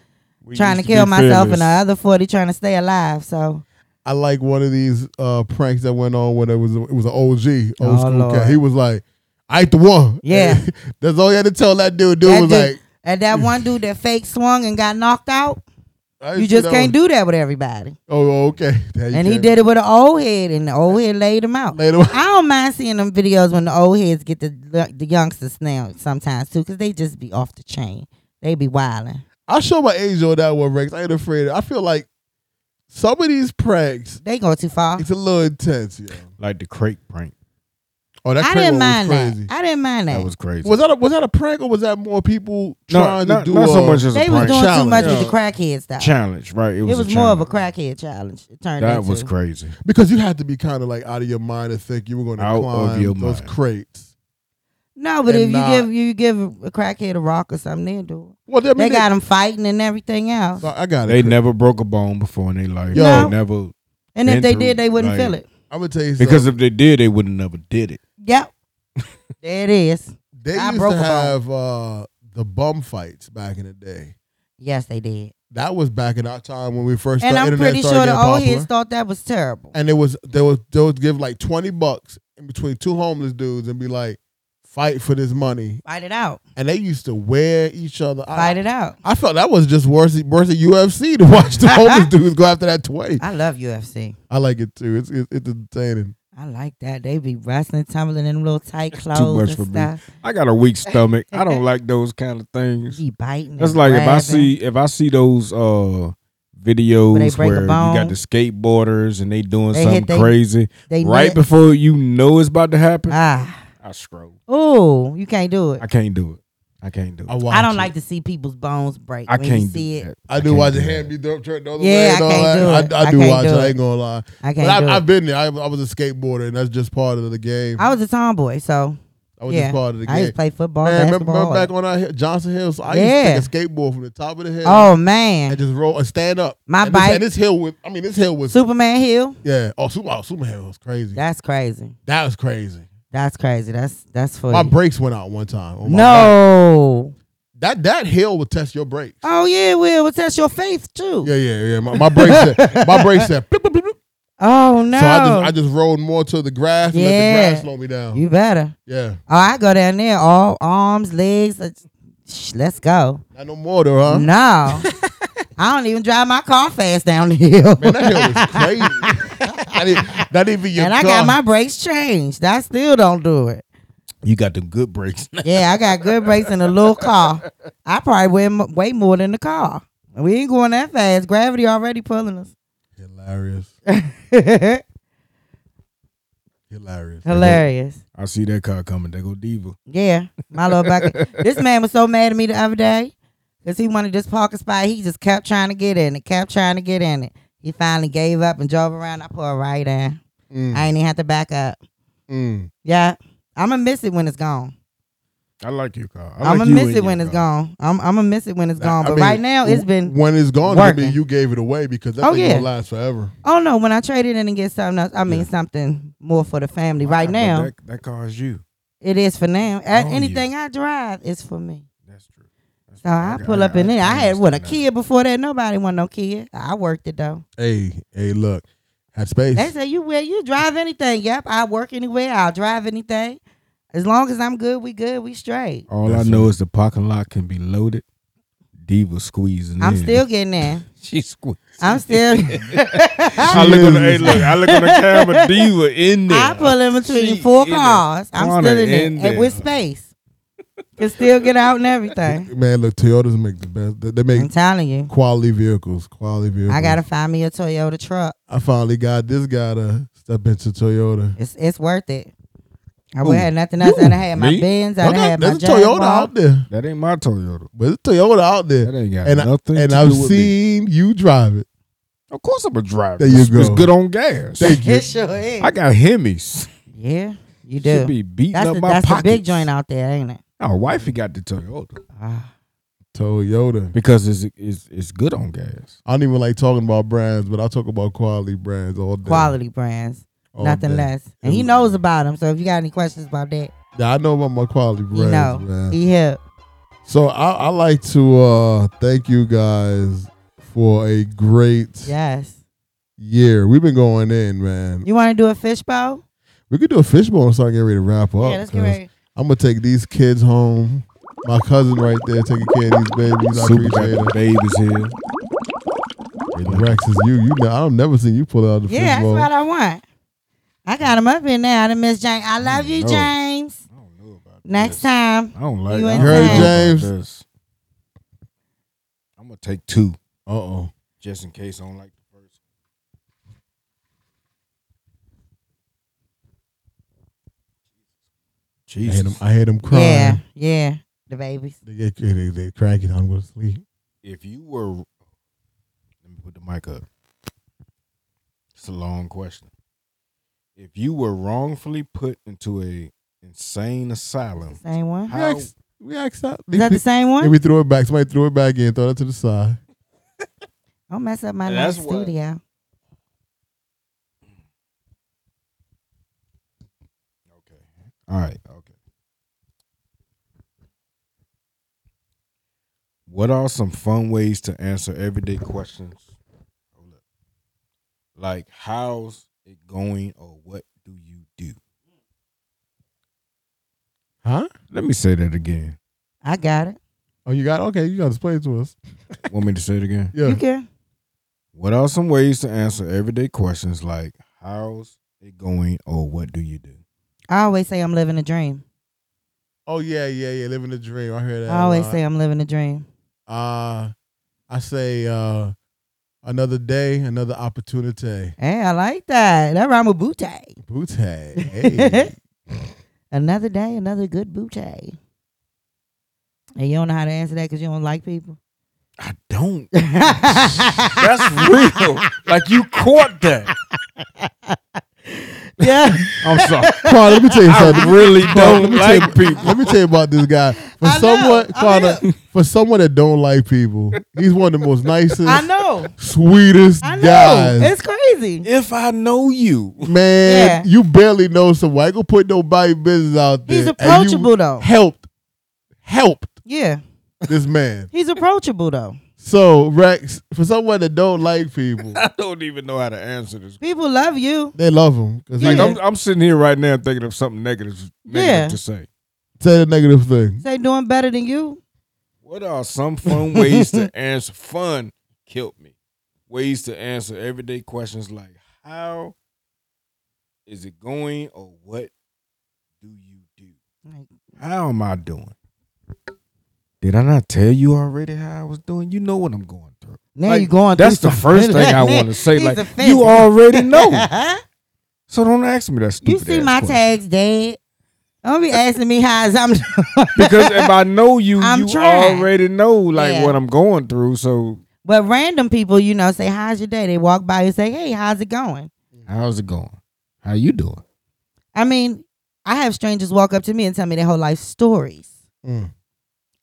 Speaker 3: We
Speaker 2: trying to
Speaker 3: used be
Speaker 2: kill myself and the other
Speaker 3: fearless.
Speaker 2: 40 trying to stay alive. So,
Speaker 1: I like one of these uh pranks that went on when it was it was an OG old
Speaker 2: Oh,
Speaker 1: school
Speaker 2: Lord.
Speaker 1: cat. He was like, "I ain't the one." <laughs>
Speaker 2: Yeah.
Speaker 1: that's all you had to tell that dude. Dude
Speaker 2: That
Speaker 1: was
Speaker 2: dude-
Speaker 1: like,
Speaker 2: and that one dude that fake swung and got knocked out,
Speaker 1: I
Speaker 2: you
Speaker 1: see
Speaker 2: just
Speaker 1: that
Speaker 2: can't
Speaker 1: one.
Speaker 2: do that with everybody.
Speaker 1: Oh, okay. <laughs> Yeah, you
Speaker 2: And he
Speaker 1: can't.
Speaker 2: did it with an old head, and the old head laid him
Speaker 1: <laughs>
Speaker 2: out.
Speaker 1: later. on.
Speaker 2: I don't mind seeing them videos when the old heads get the the youngsters now sometimes too, because they just be off the chain. They be wilding.
Speaker 1: I'll show my age on that one, Rex. I ain't afraid. I feel like some of these pranks,
Speaker 2: They go too far.
Speaker 1: it's a little intense. Yeah.
Speaker 2: uh,
Speaker 3: like the crate prank.
Speaker 1: Oh, that
Speaker 2: I
Speaker 1: crack
Speaker 2: didn't
Speaker 1: one
Speaker 2: mind
Speaker 1: was crazy.
Speaker 2: that. I didn't mind that.
Speaker 3: That was crazy.
Speaker 1: Was that a, was that a prank or was that more people
Speaker 3: No,
Speaker 1: trying
Speaker 3: not,
Speaker 1: to do uh,
Speaker 3: not so
Speaker 1: a-
Speaker 3: much as a
Speaker 2: they was
Speaker 3: prank.
Speaker 2: doing too
Speaker 1: Challenge.
Speaker 2: much with
Speaker 1: Yeah.
Speaker 2: the crackhead stuff.
Speaker 3: challenge, right?
Speaker 2: It was, more of a
Speaker 3: challenge.
Speaker 2: crackhead challenge. It turned
Speaker 3: That
Speaker 2: into.
Speaker 3: was crazy.
Speaker 1: because you had to be kind of like out of your mind to think you were going to
Speaker 3: Out of
Speaker 1: climb
Speaker 3: your
Speaker 1: those
Speaker 3: mind.
Speaker 1: crates.
Speaker 2: No, but
Speaker 1: and
Speaker 2: if you
Speaker 1: not-
Speaker 2: give you give a crackhead a rock or something, they'll do it.
Speaker 1: Well, I mean,
Speaker 2: They got them fighting and everything else.
Speaker 1: I got it.
Speaker 3: They
Speaker 1: Chris.
Speaker 3: never broke a bone before in their life.
Speaker 1: Yo.
Speaker 3: They never
Speaker 2: And if
Speaker 3: been
Speaker 2: they
Speaker 3: through,
Speaker 2: did, they wouldn't
Speaker 3: like-
Speaker 2: feel it.
Speaker 1: I'm gonna tell you
Speaker 3: because
Speaker 1: something.
Speaker 3: if they did, they would have never did it.
Speaker 2: Yep. <laughs> there it is.
Speaker 1: they
Speaker 2: I
Speaker 1: used
Speaker 2: broke
Speaker 1: to
Speaker 2: a bone.
Speaker 1: have uh, the bum fights back in the day.
Speaker 2: Yes, they did.
Speaker 1: That was back in our time when we first
Speaker 2: And
Speaker 1: started.
Speaker 2: I'm
Speaker 1: internet
Speaker 2: pretty
Speaker 1: started
Speaker 2: sure the
Speaker 1: getting
Speaker 2: old
Speaker 1: popular.
Speaker 2: heads thought that was terrible.
Speaker 1: and it was they was they would give like twenty bucks in between two homeless dudes and be like, fight for this money.
Speaker 2: Fight it out.
Speaker 1: And they used to wear each other.
Speaker 2: Fight
Speaker 1: I,
Speaker 2: it out.
Speaker 1: I felt that was just worse worse than UFC to <laughs> watch
Speaker 2: <laughs>
Speaker 1: the homeless dudes go after that twenty.
Speaker 2: I love UFC.
Speaker 1: I like it too. It's it's, it's entertaining.
Speaker 2: I like that. They be wrestling, tumbling in them little tight clothes
Speaker 3: too much
Speaker 2: and
Speaker 3: for me.
Speaker 2: stuff.
Speaker 3: I got
Speaker 2: <laughs>
Speaker 3: a weak stomach. I don't like those kind of things.
Speaker 2: Be biting.
Speaker 3: That's
Speaker 2: and
Speaker 3: like if I
Speaker 2: grabbing.
Speaker 3: see if I see those uh videos
Speaker 2: break a
Speaker 3: where you
Speaker 2: bone.
Speaker 3: got the skateboarders and they doing
Speaker 2: They hit
Speaker 3: something
Speaker 2: they-
Speaker 3: crazy
Speaker 2: They
Speaker 3: right
Speaker 2: net-
Speaker 3: before you know it's about to happen.
Speaker 2: ah.
Speaker 3: I scroll.
Speaker 2: Oh, you can't do it.
Speaker 3: I can't do it. I can't do it.
Speaker 1: watch
Speaker 2: I don't
Speaker 1: it.
Speaker 2: like to see people's bones break.
Speaker 3: I
Speaker 2: Oh, when
Speaker 3: can't
Speaker 2: you
Speaker 3: do
Speaker 2: see
Speaker 3: that.
Speaker 1: I do watch the
Speaker 3: can't do
Speaker 1: hand
Speaker 3: that.
Speaker 1: be dirt turned the other
Speaker 2: Yeah,
Speaker 1: way.
Speaker 2: I
Speaker 1: and all
Speaker 2: can't
Speaker 1: that.
Speaker 2: do it.
Speaker 1: I, I
Speaker 2: I
Speaker 1: do
Speaker 2: can't
Speaker 1: watch
Speaker 2: do
Speaker 1: it. I
Speaker 2: it.
Speaker 1: ain't gonna lie.
Speaker 2: I can't
Speaker 1: But
Speaker 2: do
Speaker 1: I,
Speaker 2: it.
Speaker 1: I've been there. I, I was a skateboarder, and that's just part of the game.
Speaker 2: I was a tomboy, so
Speaker 1: I was
Speaker 2: yeah.
Speaker 1: Oh, just part of the
Speaker 2: I used
Speaker 1: game.
Speaker 2: to play football,
Speaker 1: Man, remember,
Speaker 2: basketball.
Speaker 1: remember back on our hill- Johnson Hills? I
Speaker 2: Yeah.
Speaker 1: used to take a skateboard from the top of the hill
Speaker 2: oh
Speaker 1: and
Speaker 2: man,
Speaker 1: just roll and stand up.
Speaker 2: My
Speaker 1: and this-
Speaker 2: bike-
Speaker 1: and this hill was, I mean, this hill was,
Speaker 2: Superman Hill.
Speaker 1: yeah. Oh, Super, oh, Superman Hill was crazy. That,
Speaker 2: That's crazy.
Speaker 1: was crazy.
Speaker 2: That's crazy. That's that's for
Speaker 1: My
Speaker 2: you.
Speaker 1: brakes went out one time. on my bike.
Speaker 2: Oh, no.
Speaker 1: That that hill would test your brakes.
Speaker 2: Oh yeah, Will. Well, that's your faith too.
Speaker 1: Yeah, yeah, yeah. My, my brakes said, my brakes
Speaker 2: <laughs>
Speaker 1: said, "Bloop, bloop, bloop, bloop."
Speaker 2: Oh no.
Speaker 1: so I just I just rolled more to the grass and let
Speaker 2: Yeah.
Speaker 1: the grass slow me down.
Speaker 2: you better.
Speaker 1: yeah.
Speaker 2: Oh, I go down there, all arms, legs. Let's, shh, let's go.
Speaker 1: Not no more though, huh? <laughs>
Speaker 2: No. I don't even drive my car fast down the hill. <laughs>
Speaker 1: Man, that hill was crazy. I didn't, not even your
Speaker 2: and
Speaker 1: car.
Speaker 2: I got my brakes changed. I still don't do it.
Speaker 3: You got them good breaks.
Speaker 2: Yeah, I got good brakes in a little car. I probably weigh, mo- weigh more than the car. We ain't going that fast. Gravity already pulling us.
Speaker 1: hilarious, <laughs> hilarious.
Speaker 2: Hilarious.
Speaker 3: I see that car coming. They go diva.
Speaker 2: Yeah, my little bucket. this man was so mad at me the other day because he wanted this parking spot. He just kept trying to get in it, kept trying to get in it. He finally gave up and drove around. I pulled right in.
Speaker 1: Mm,
Speaker 2: I ain't even have to back up.
Speaker 1: mm.
Speaker 2: Yeah, I'm gonna miss it when it's gone.
Speaker 3: I like your car. I
Speaker 2: I'm
Speaker 3: like
Speaker 2: gonna
Speaker 3: you
Speaker 2: miss
Speaker 3: and
Speaker 2: it when
Speaker 3: your
Speaker 2: it's
Speaker 3: car.
Speaker 2: gone. I'm, I'm gonna miss it when it's
Speaker 1: I-
Speaker 2: gone.
Speaker 1: I
Speaker 2: But
Speaker 1: mean,
Speaker 2: right now, it's
Speaker 1: w-
Speaker 2: been.
Speaker 1: when it's gone. I mean,
Speaker 2: working.
Speaker 1: you gave it away because that
Speaker 2: Oh,
Speaker 1: thing
Speaker 2: yeah.
Speaker 1: gonna last forever.
Speaker 2: Oh no! When I trade it in and get something else, I mean
Speaker 1: Yeah.
Speaker 2: something more for the family.
Speaker 3: Wow,
Speaker 2: right
Speaker 3: but
Speaker 2: now,
Speaker 3: that, that car is you.
Speaker 2: it is for now. A-
Speaker 3: Oh, yeah.
Speaker 2: Anything I drive is for me.
Speaker 3: That's true. That's
Speaker 2: So
Speaker 3: true.
Speaker 2: I
Speaker 3: got-
Speaker 2: pull up in there. I had what a
Speaker 3: understand
Speaker 2: kid before that. Nobody want no kid. I worked it though.
Speaker 1: Hey, hey, look, had space.
Speaker 2: They say you will you drive anything. Yep, I work anywhere. I'll drive anything. As long as I'm good, we good. We straight.
Speaker 3: that. All
Speaker 1: That's
Speaker 3: I know
Speaker 1: right.
Speaker 3: is the parking lot can be loaded. Diva squeezing.
Speaker 2: I'm
Speaker 3: in.
Speaker 2: still getting there.
Speaker 3: <laughs> She squeezing.
Speaker 2: I'm still.
Speaker 3: I
Speaker 2: <laughs>
Speaker 1: She
Speaker 3: look on the hey,
Speaker 1: is.
Speaker 3: look. I look on the camera. Diva in there.
Speaker 2: I pull in between
Speaker 3: She
Speaker 2: four
Speaker 3: in there.
Speaker 2: cars. I'm
Speaker 3: Corner
Speaker 2: still in,
Speaker 3: in
Speaker 2: there, and with
Speaker 3: there.
Speaker 2: space. Can still get out and
Speaker 3: <laughs>
Speaker 2: everything.
Speaker 1: Man, look, Toyotas make the best. They- They
Speaker 2: I'm
Speaker 1: make
Speaker 2: telling you.
Speaker 1: quality vehicles. Quality vehicles.
Speaker 2: I gotta find me a Toyota truck.
Speaker 1: I finally got this guy to step into Toyota.
Speaker 2: It's it's worth it. I would
Speaker 1: Who?
Speaker 2: have had nothing else.
Speaker 3: You?
Speaker 2: I'd have had my
Speaker 3: Me?
Speaker 2: Benz. I'd have
Speaker 1: Okay,
Speaker 2: had my
Speaker 1: there's a Toyota
Speaker 2: Jaguar.
Speaker 1: out there.
Speaker 3: That ain't my Toyota.
Speaker 1: But it's Toyota out
Speaker 3: That
Speaker 1: there.
Speaker 3: ain't got
Speaker 1: And I-
Speaker 3: nothing.
Speaker 1: And
Speaker 3: to
Speaker 1: I've
Speaker 3: do with me.
Speaker 1: seen you drive it.
Speaker 3: Of course, I'm a driver.
Speaker 1: There you
Speaker 3: It's- It's
Speaker 1: go.
Speaker 3: good on
Speaker 2: <laughs>
Speaker 3: gas.
Speaker 1: Thank you.
Speaker 2: It sure is.
Speaker 3: I got Hemis.
Speaker 2: yeah, you
Speaker 3: Should
Speaker 2: do.
Speaker 3: be beating
Speaker 2: That's
Speaker 3: up
Speaker 2: the,
Speaker 3: my
Speaker 2: that's the
Speaker 3: pockets.
Speaker 2: big joint out there, ain't it?
Speaker 3: Our wifey got the Toyota
Speaker 2: Ah.
Speaker 1: Toyota.
Speaker 3: because it's it's it's good on gas.
Speaker 1: I don't even like talking about brands, but I talk about quality brands all day.
Speaker 2: Quality brands,
Speaker 1: all
Speaker 2: nothing
Speaker 1: day.
Speaker 2: less. And he
Speaker 1: Ooh.
Speaker 2: knows about them. So if you got any questions about that,
Speaker 1: Yeah, I know about my quality brands,
Speaker 2: you know,
Speaker 1: man.
Speaker 2: he help.
Speaker 1: So I, I like to uh, thank you guys for a great
Speaker 2: Yes.
Speaker 1: year. We've been going in, man.
Speaker 2: You want to do a fishbowl?
Speaker 1: We could do a fishbowl and start getting ready to wrap up.
Speaker 2: yeah, let's get
Speaker 1: 'cause
Speaker 2: ready.
Speaker 1: I'm gonna take these kids home. My cousin right there taking care of these babies. I
Speaker 3: Super got
Speaker 1: appreciate
Speaker 3: the
Speaker 1: it.
Speaker 3: babies here. They like
Speaker 1: Rex is you. You know, I've never seen you pull out the
Speaker 2: Yeah, that's
Speaker 1: fishbowl.
Speaker 2: what I want. I got him up in there. I done miss James. I love you,
Speaker 3: No.
Speaker 2: James.
Speaker 3: I don't know about
Speaker 2: Next
Speaker 3: this.
Speaker 2: time.
Speaker 3: I don't like.
Speaker 2: You
Speaker 3: I
Speaker 2: ain't
Speaker 3: don't
Speaker 1: Heard
Speaker 3: know about
Speaker 1: James?
Speaker 3: this. I'm gonna take two
Speaker 1: Uh oh.
Speaker 3: just in case I don't like the first.
Speaker 1: I hate
Speaker 3: Jesus,
Speaker 1: them. I hate them crying.
Speaker 2: Yeah, yeah. The babies.
Speaker 1: They get they, they cranky. I'm gonna sleep.
Speaker 3: if you were, let me put the mic up. It's a long question. If you were wrongfully put into a insane asylum,
Speaker 2: Same one.
Speaker 1: Oh. We
Speaker 3: How-
Speaker 1: asked. We asked out.
Speaker 2: Is
Speaker 1: <laughs>
Speaker 2: that the same one?
Speaker 1: And we threw it back. Somebody threw it back in. Throw it to the side.
Speaker 2: Don't mess up my
Speaker 3: That's
Speaker 2: nice
Speaker 3: what-
Speaker 2: studio.
Speaker 3: Okay. All right. Okay. What are some fun ways to answer everyday questions? Hold up. Like, how's it going or what do you do?
Speaker 1: Huh?
Speaker 3: Let me say that again.
Speaker 2: I got it.
Speaker 1: Oh, you got okay. You got to explain it to us.
Speaker 3: Want me to say it again?
Speaker 1: Yeah.
Speaker 2: You can.
Speaker 3: What are some ways to answer everyday questions like, how's it going or what do you do?
Speaker 2: I always say I'm living a dream.
Speaker 1: Oh yeah, yeah, yeah. Living the dream. I hear that.
Speaker 2: I
Speaker 1: a
Speaker 2: always
Speaker 1: lot.
Speaker 2: say I'm living a dream.
Speaker 1: Uh, I say. Uh, Another day, another opportunity.
Speaker 2: Hey, I like that. That rhyme with bootay.
Speaker 1: Bootay. <laughs> Hey.
Speaker 2: <laughs> Another day, another good bootay. And you don't know how to answer that because you don't like people. <laughs>
Speaker 3: I <laughs> don't. That's real. Like you caught that.
Speaker 2: yeah.
Speaker 3: I'm sorry. <laughs>
Speaker 1: Carter, let me tell you something.
Speaker 3: I really
Speaker 1: Carter,
Speaker 3: don't
Speaker 1: let me
Speaker 3: like
Speaker 1: tell you,
Speaker 3: people.
Speaker 1: Let me tell you about this guy. For
Speaker 2: I know,
Speaker 1: someone,
Speaker 2: I
Speaker 1: Carter, for someone that don't like people, he's one of the most nicest,
Speaker 2: I know.
Speaker 1: sweetest
Speaker 2: I know.
Speaker 1: guys.
Speaker 2: It's crazy.
Speaker 3: If I know you, <laughs>
Speaker 1: Man,
Speaker 2: Yeah.
Speaker 1: you barely know someone. I ain't gonna put nobody business out there.
Speaker 2: He's
Speaker 1: And you
Speaker 2: approachable, though.
Speaker 1: Helped, helped
Speaker 2: Yeah.
Speaker 1: this man.
Speaker 2: He's approachable, though.
Speaker 1: So Rex, for someone that don't like
Speaker 2: <laughs>
Speaker 1: people,
Speaker 3: I don't even know how to answer this.
Speaker 2: People love you.
Speaker 1: they love him because
Speaker 3: Like
Speaker 2: Yeah.
Speaker 3: I'm, I'm sitting here right now thinking of something negative, negative
Speaker 2: Yeah.
Speaker 3: to say.
Speaker 1: say the negative thing.
Speaker 2: They doing better than you.
Speaker 3: What are some fun
Speaker 2: <laughs>
Speaker 3: ways to answer? Fun killed me. Ways to answer everyday questions like how is it going or what do you do? How am I doing? Did I not tell you already how I was doing? You know what I'm going through.
Speaker 2: Now
Speaker 3: Like,
Speaker 2: you going.
Speaker 3: That's
Speaker 2: through
Speaker 3: the
Speaker 2: some-
Speaker 3: first thing I
Speaker 2: Man,
Speaker 3: want to say.
Speaker 2: he's
Speaker 3: Like
Speaker 2: offended. <laughs>
Speaker 3: you already know, so don't ask me that stupid.
Speaker 2: you see
Speaker 3: ass
Speaker 2: my
Speaker 3: question.
Speaker 2: tags, Dad. Don't be asking me how I'm. <laughs>
Speaker 3: because if I know you,
Speaker 2: I'm
Speaker 3: you
Speaker 2: trying.
Speaker 3: already know like
Speaker 2: Yeah.
Speaker 3: what I'm going through. So
Speaker 2: but random people, you know, say how's your day. They walk by and say, "Hey, how's it going?"
Speaker 3: how's it going? How you doing?
Speaker 2: I mean, I have strangers walk up to me and tell me their whole life stories,
Speaker 1: Mm.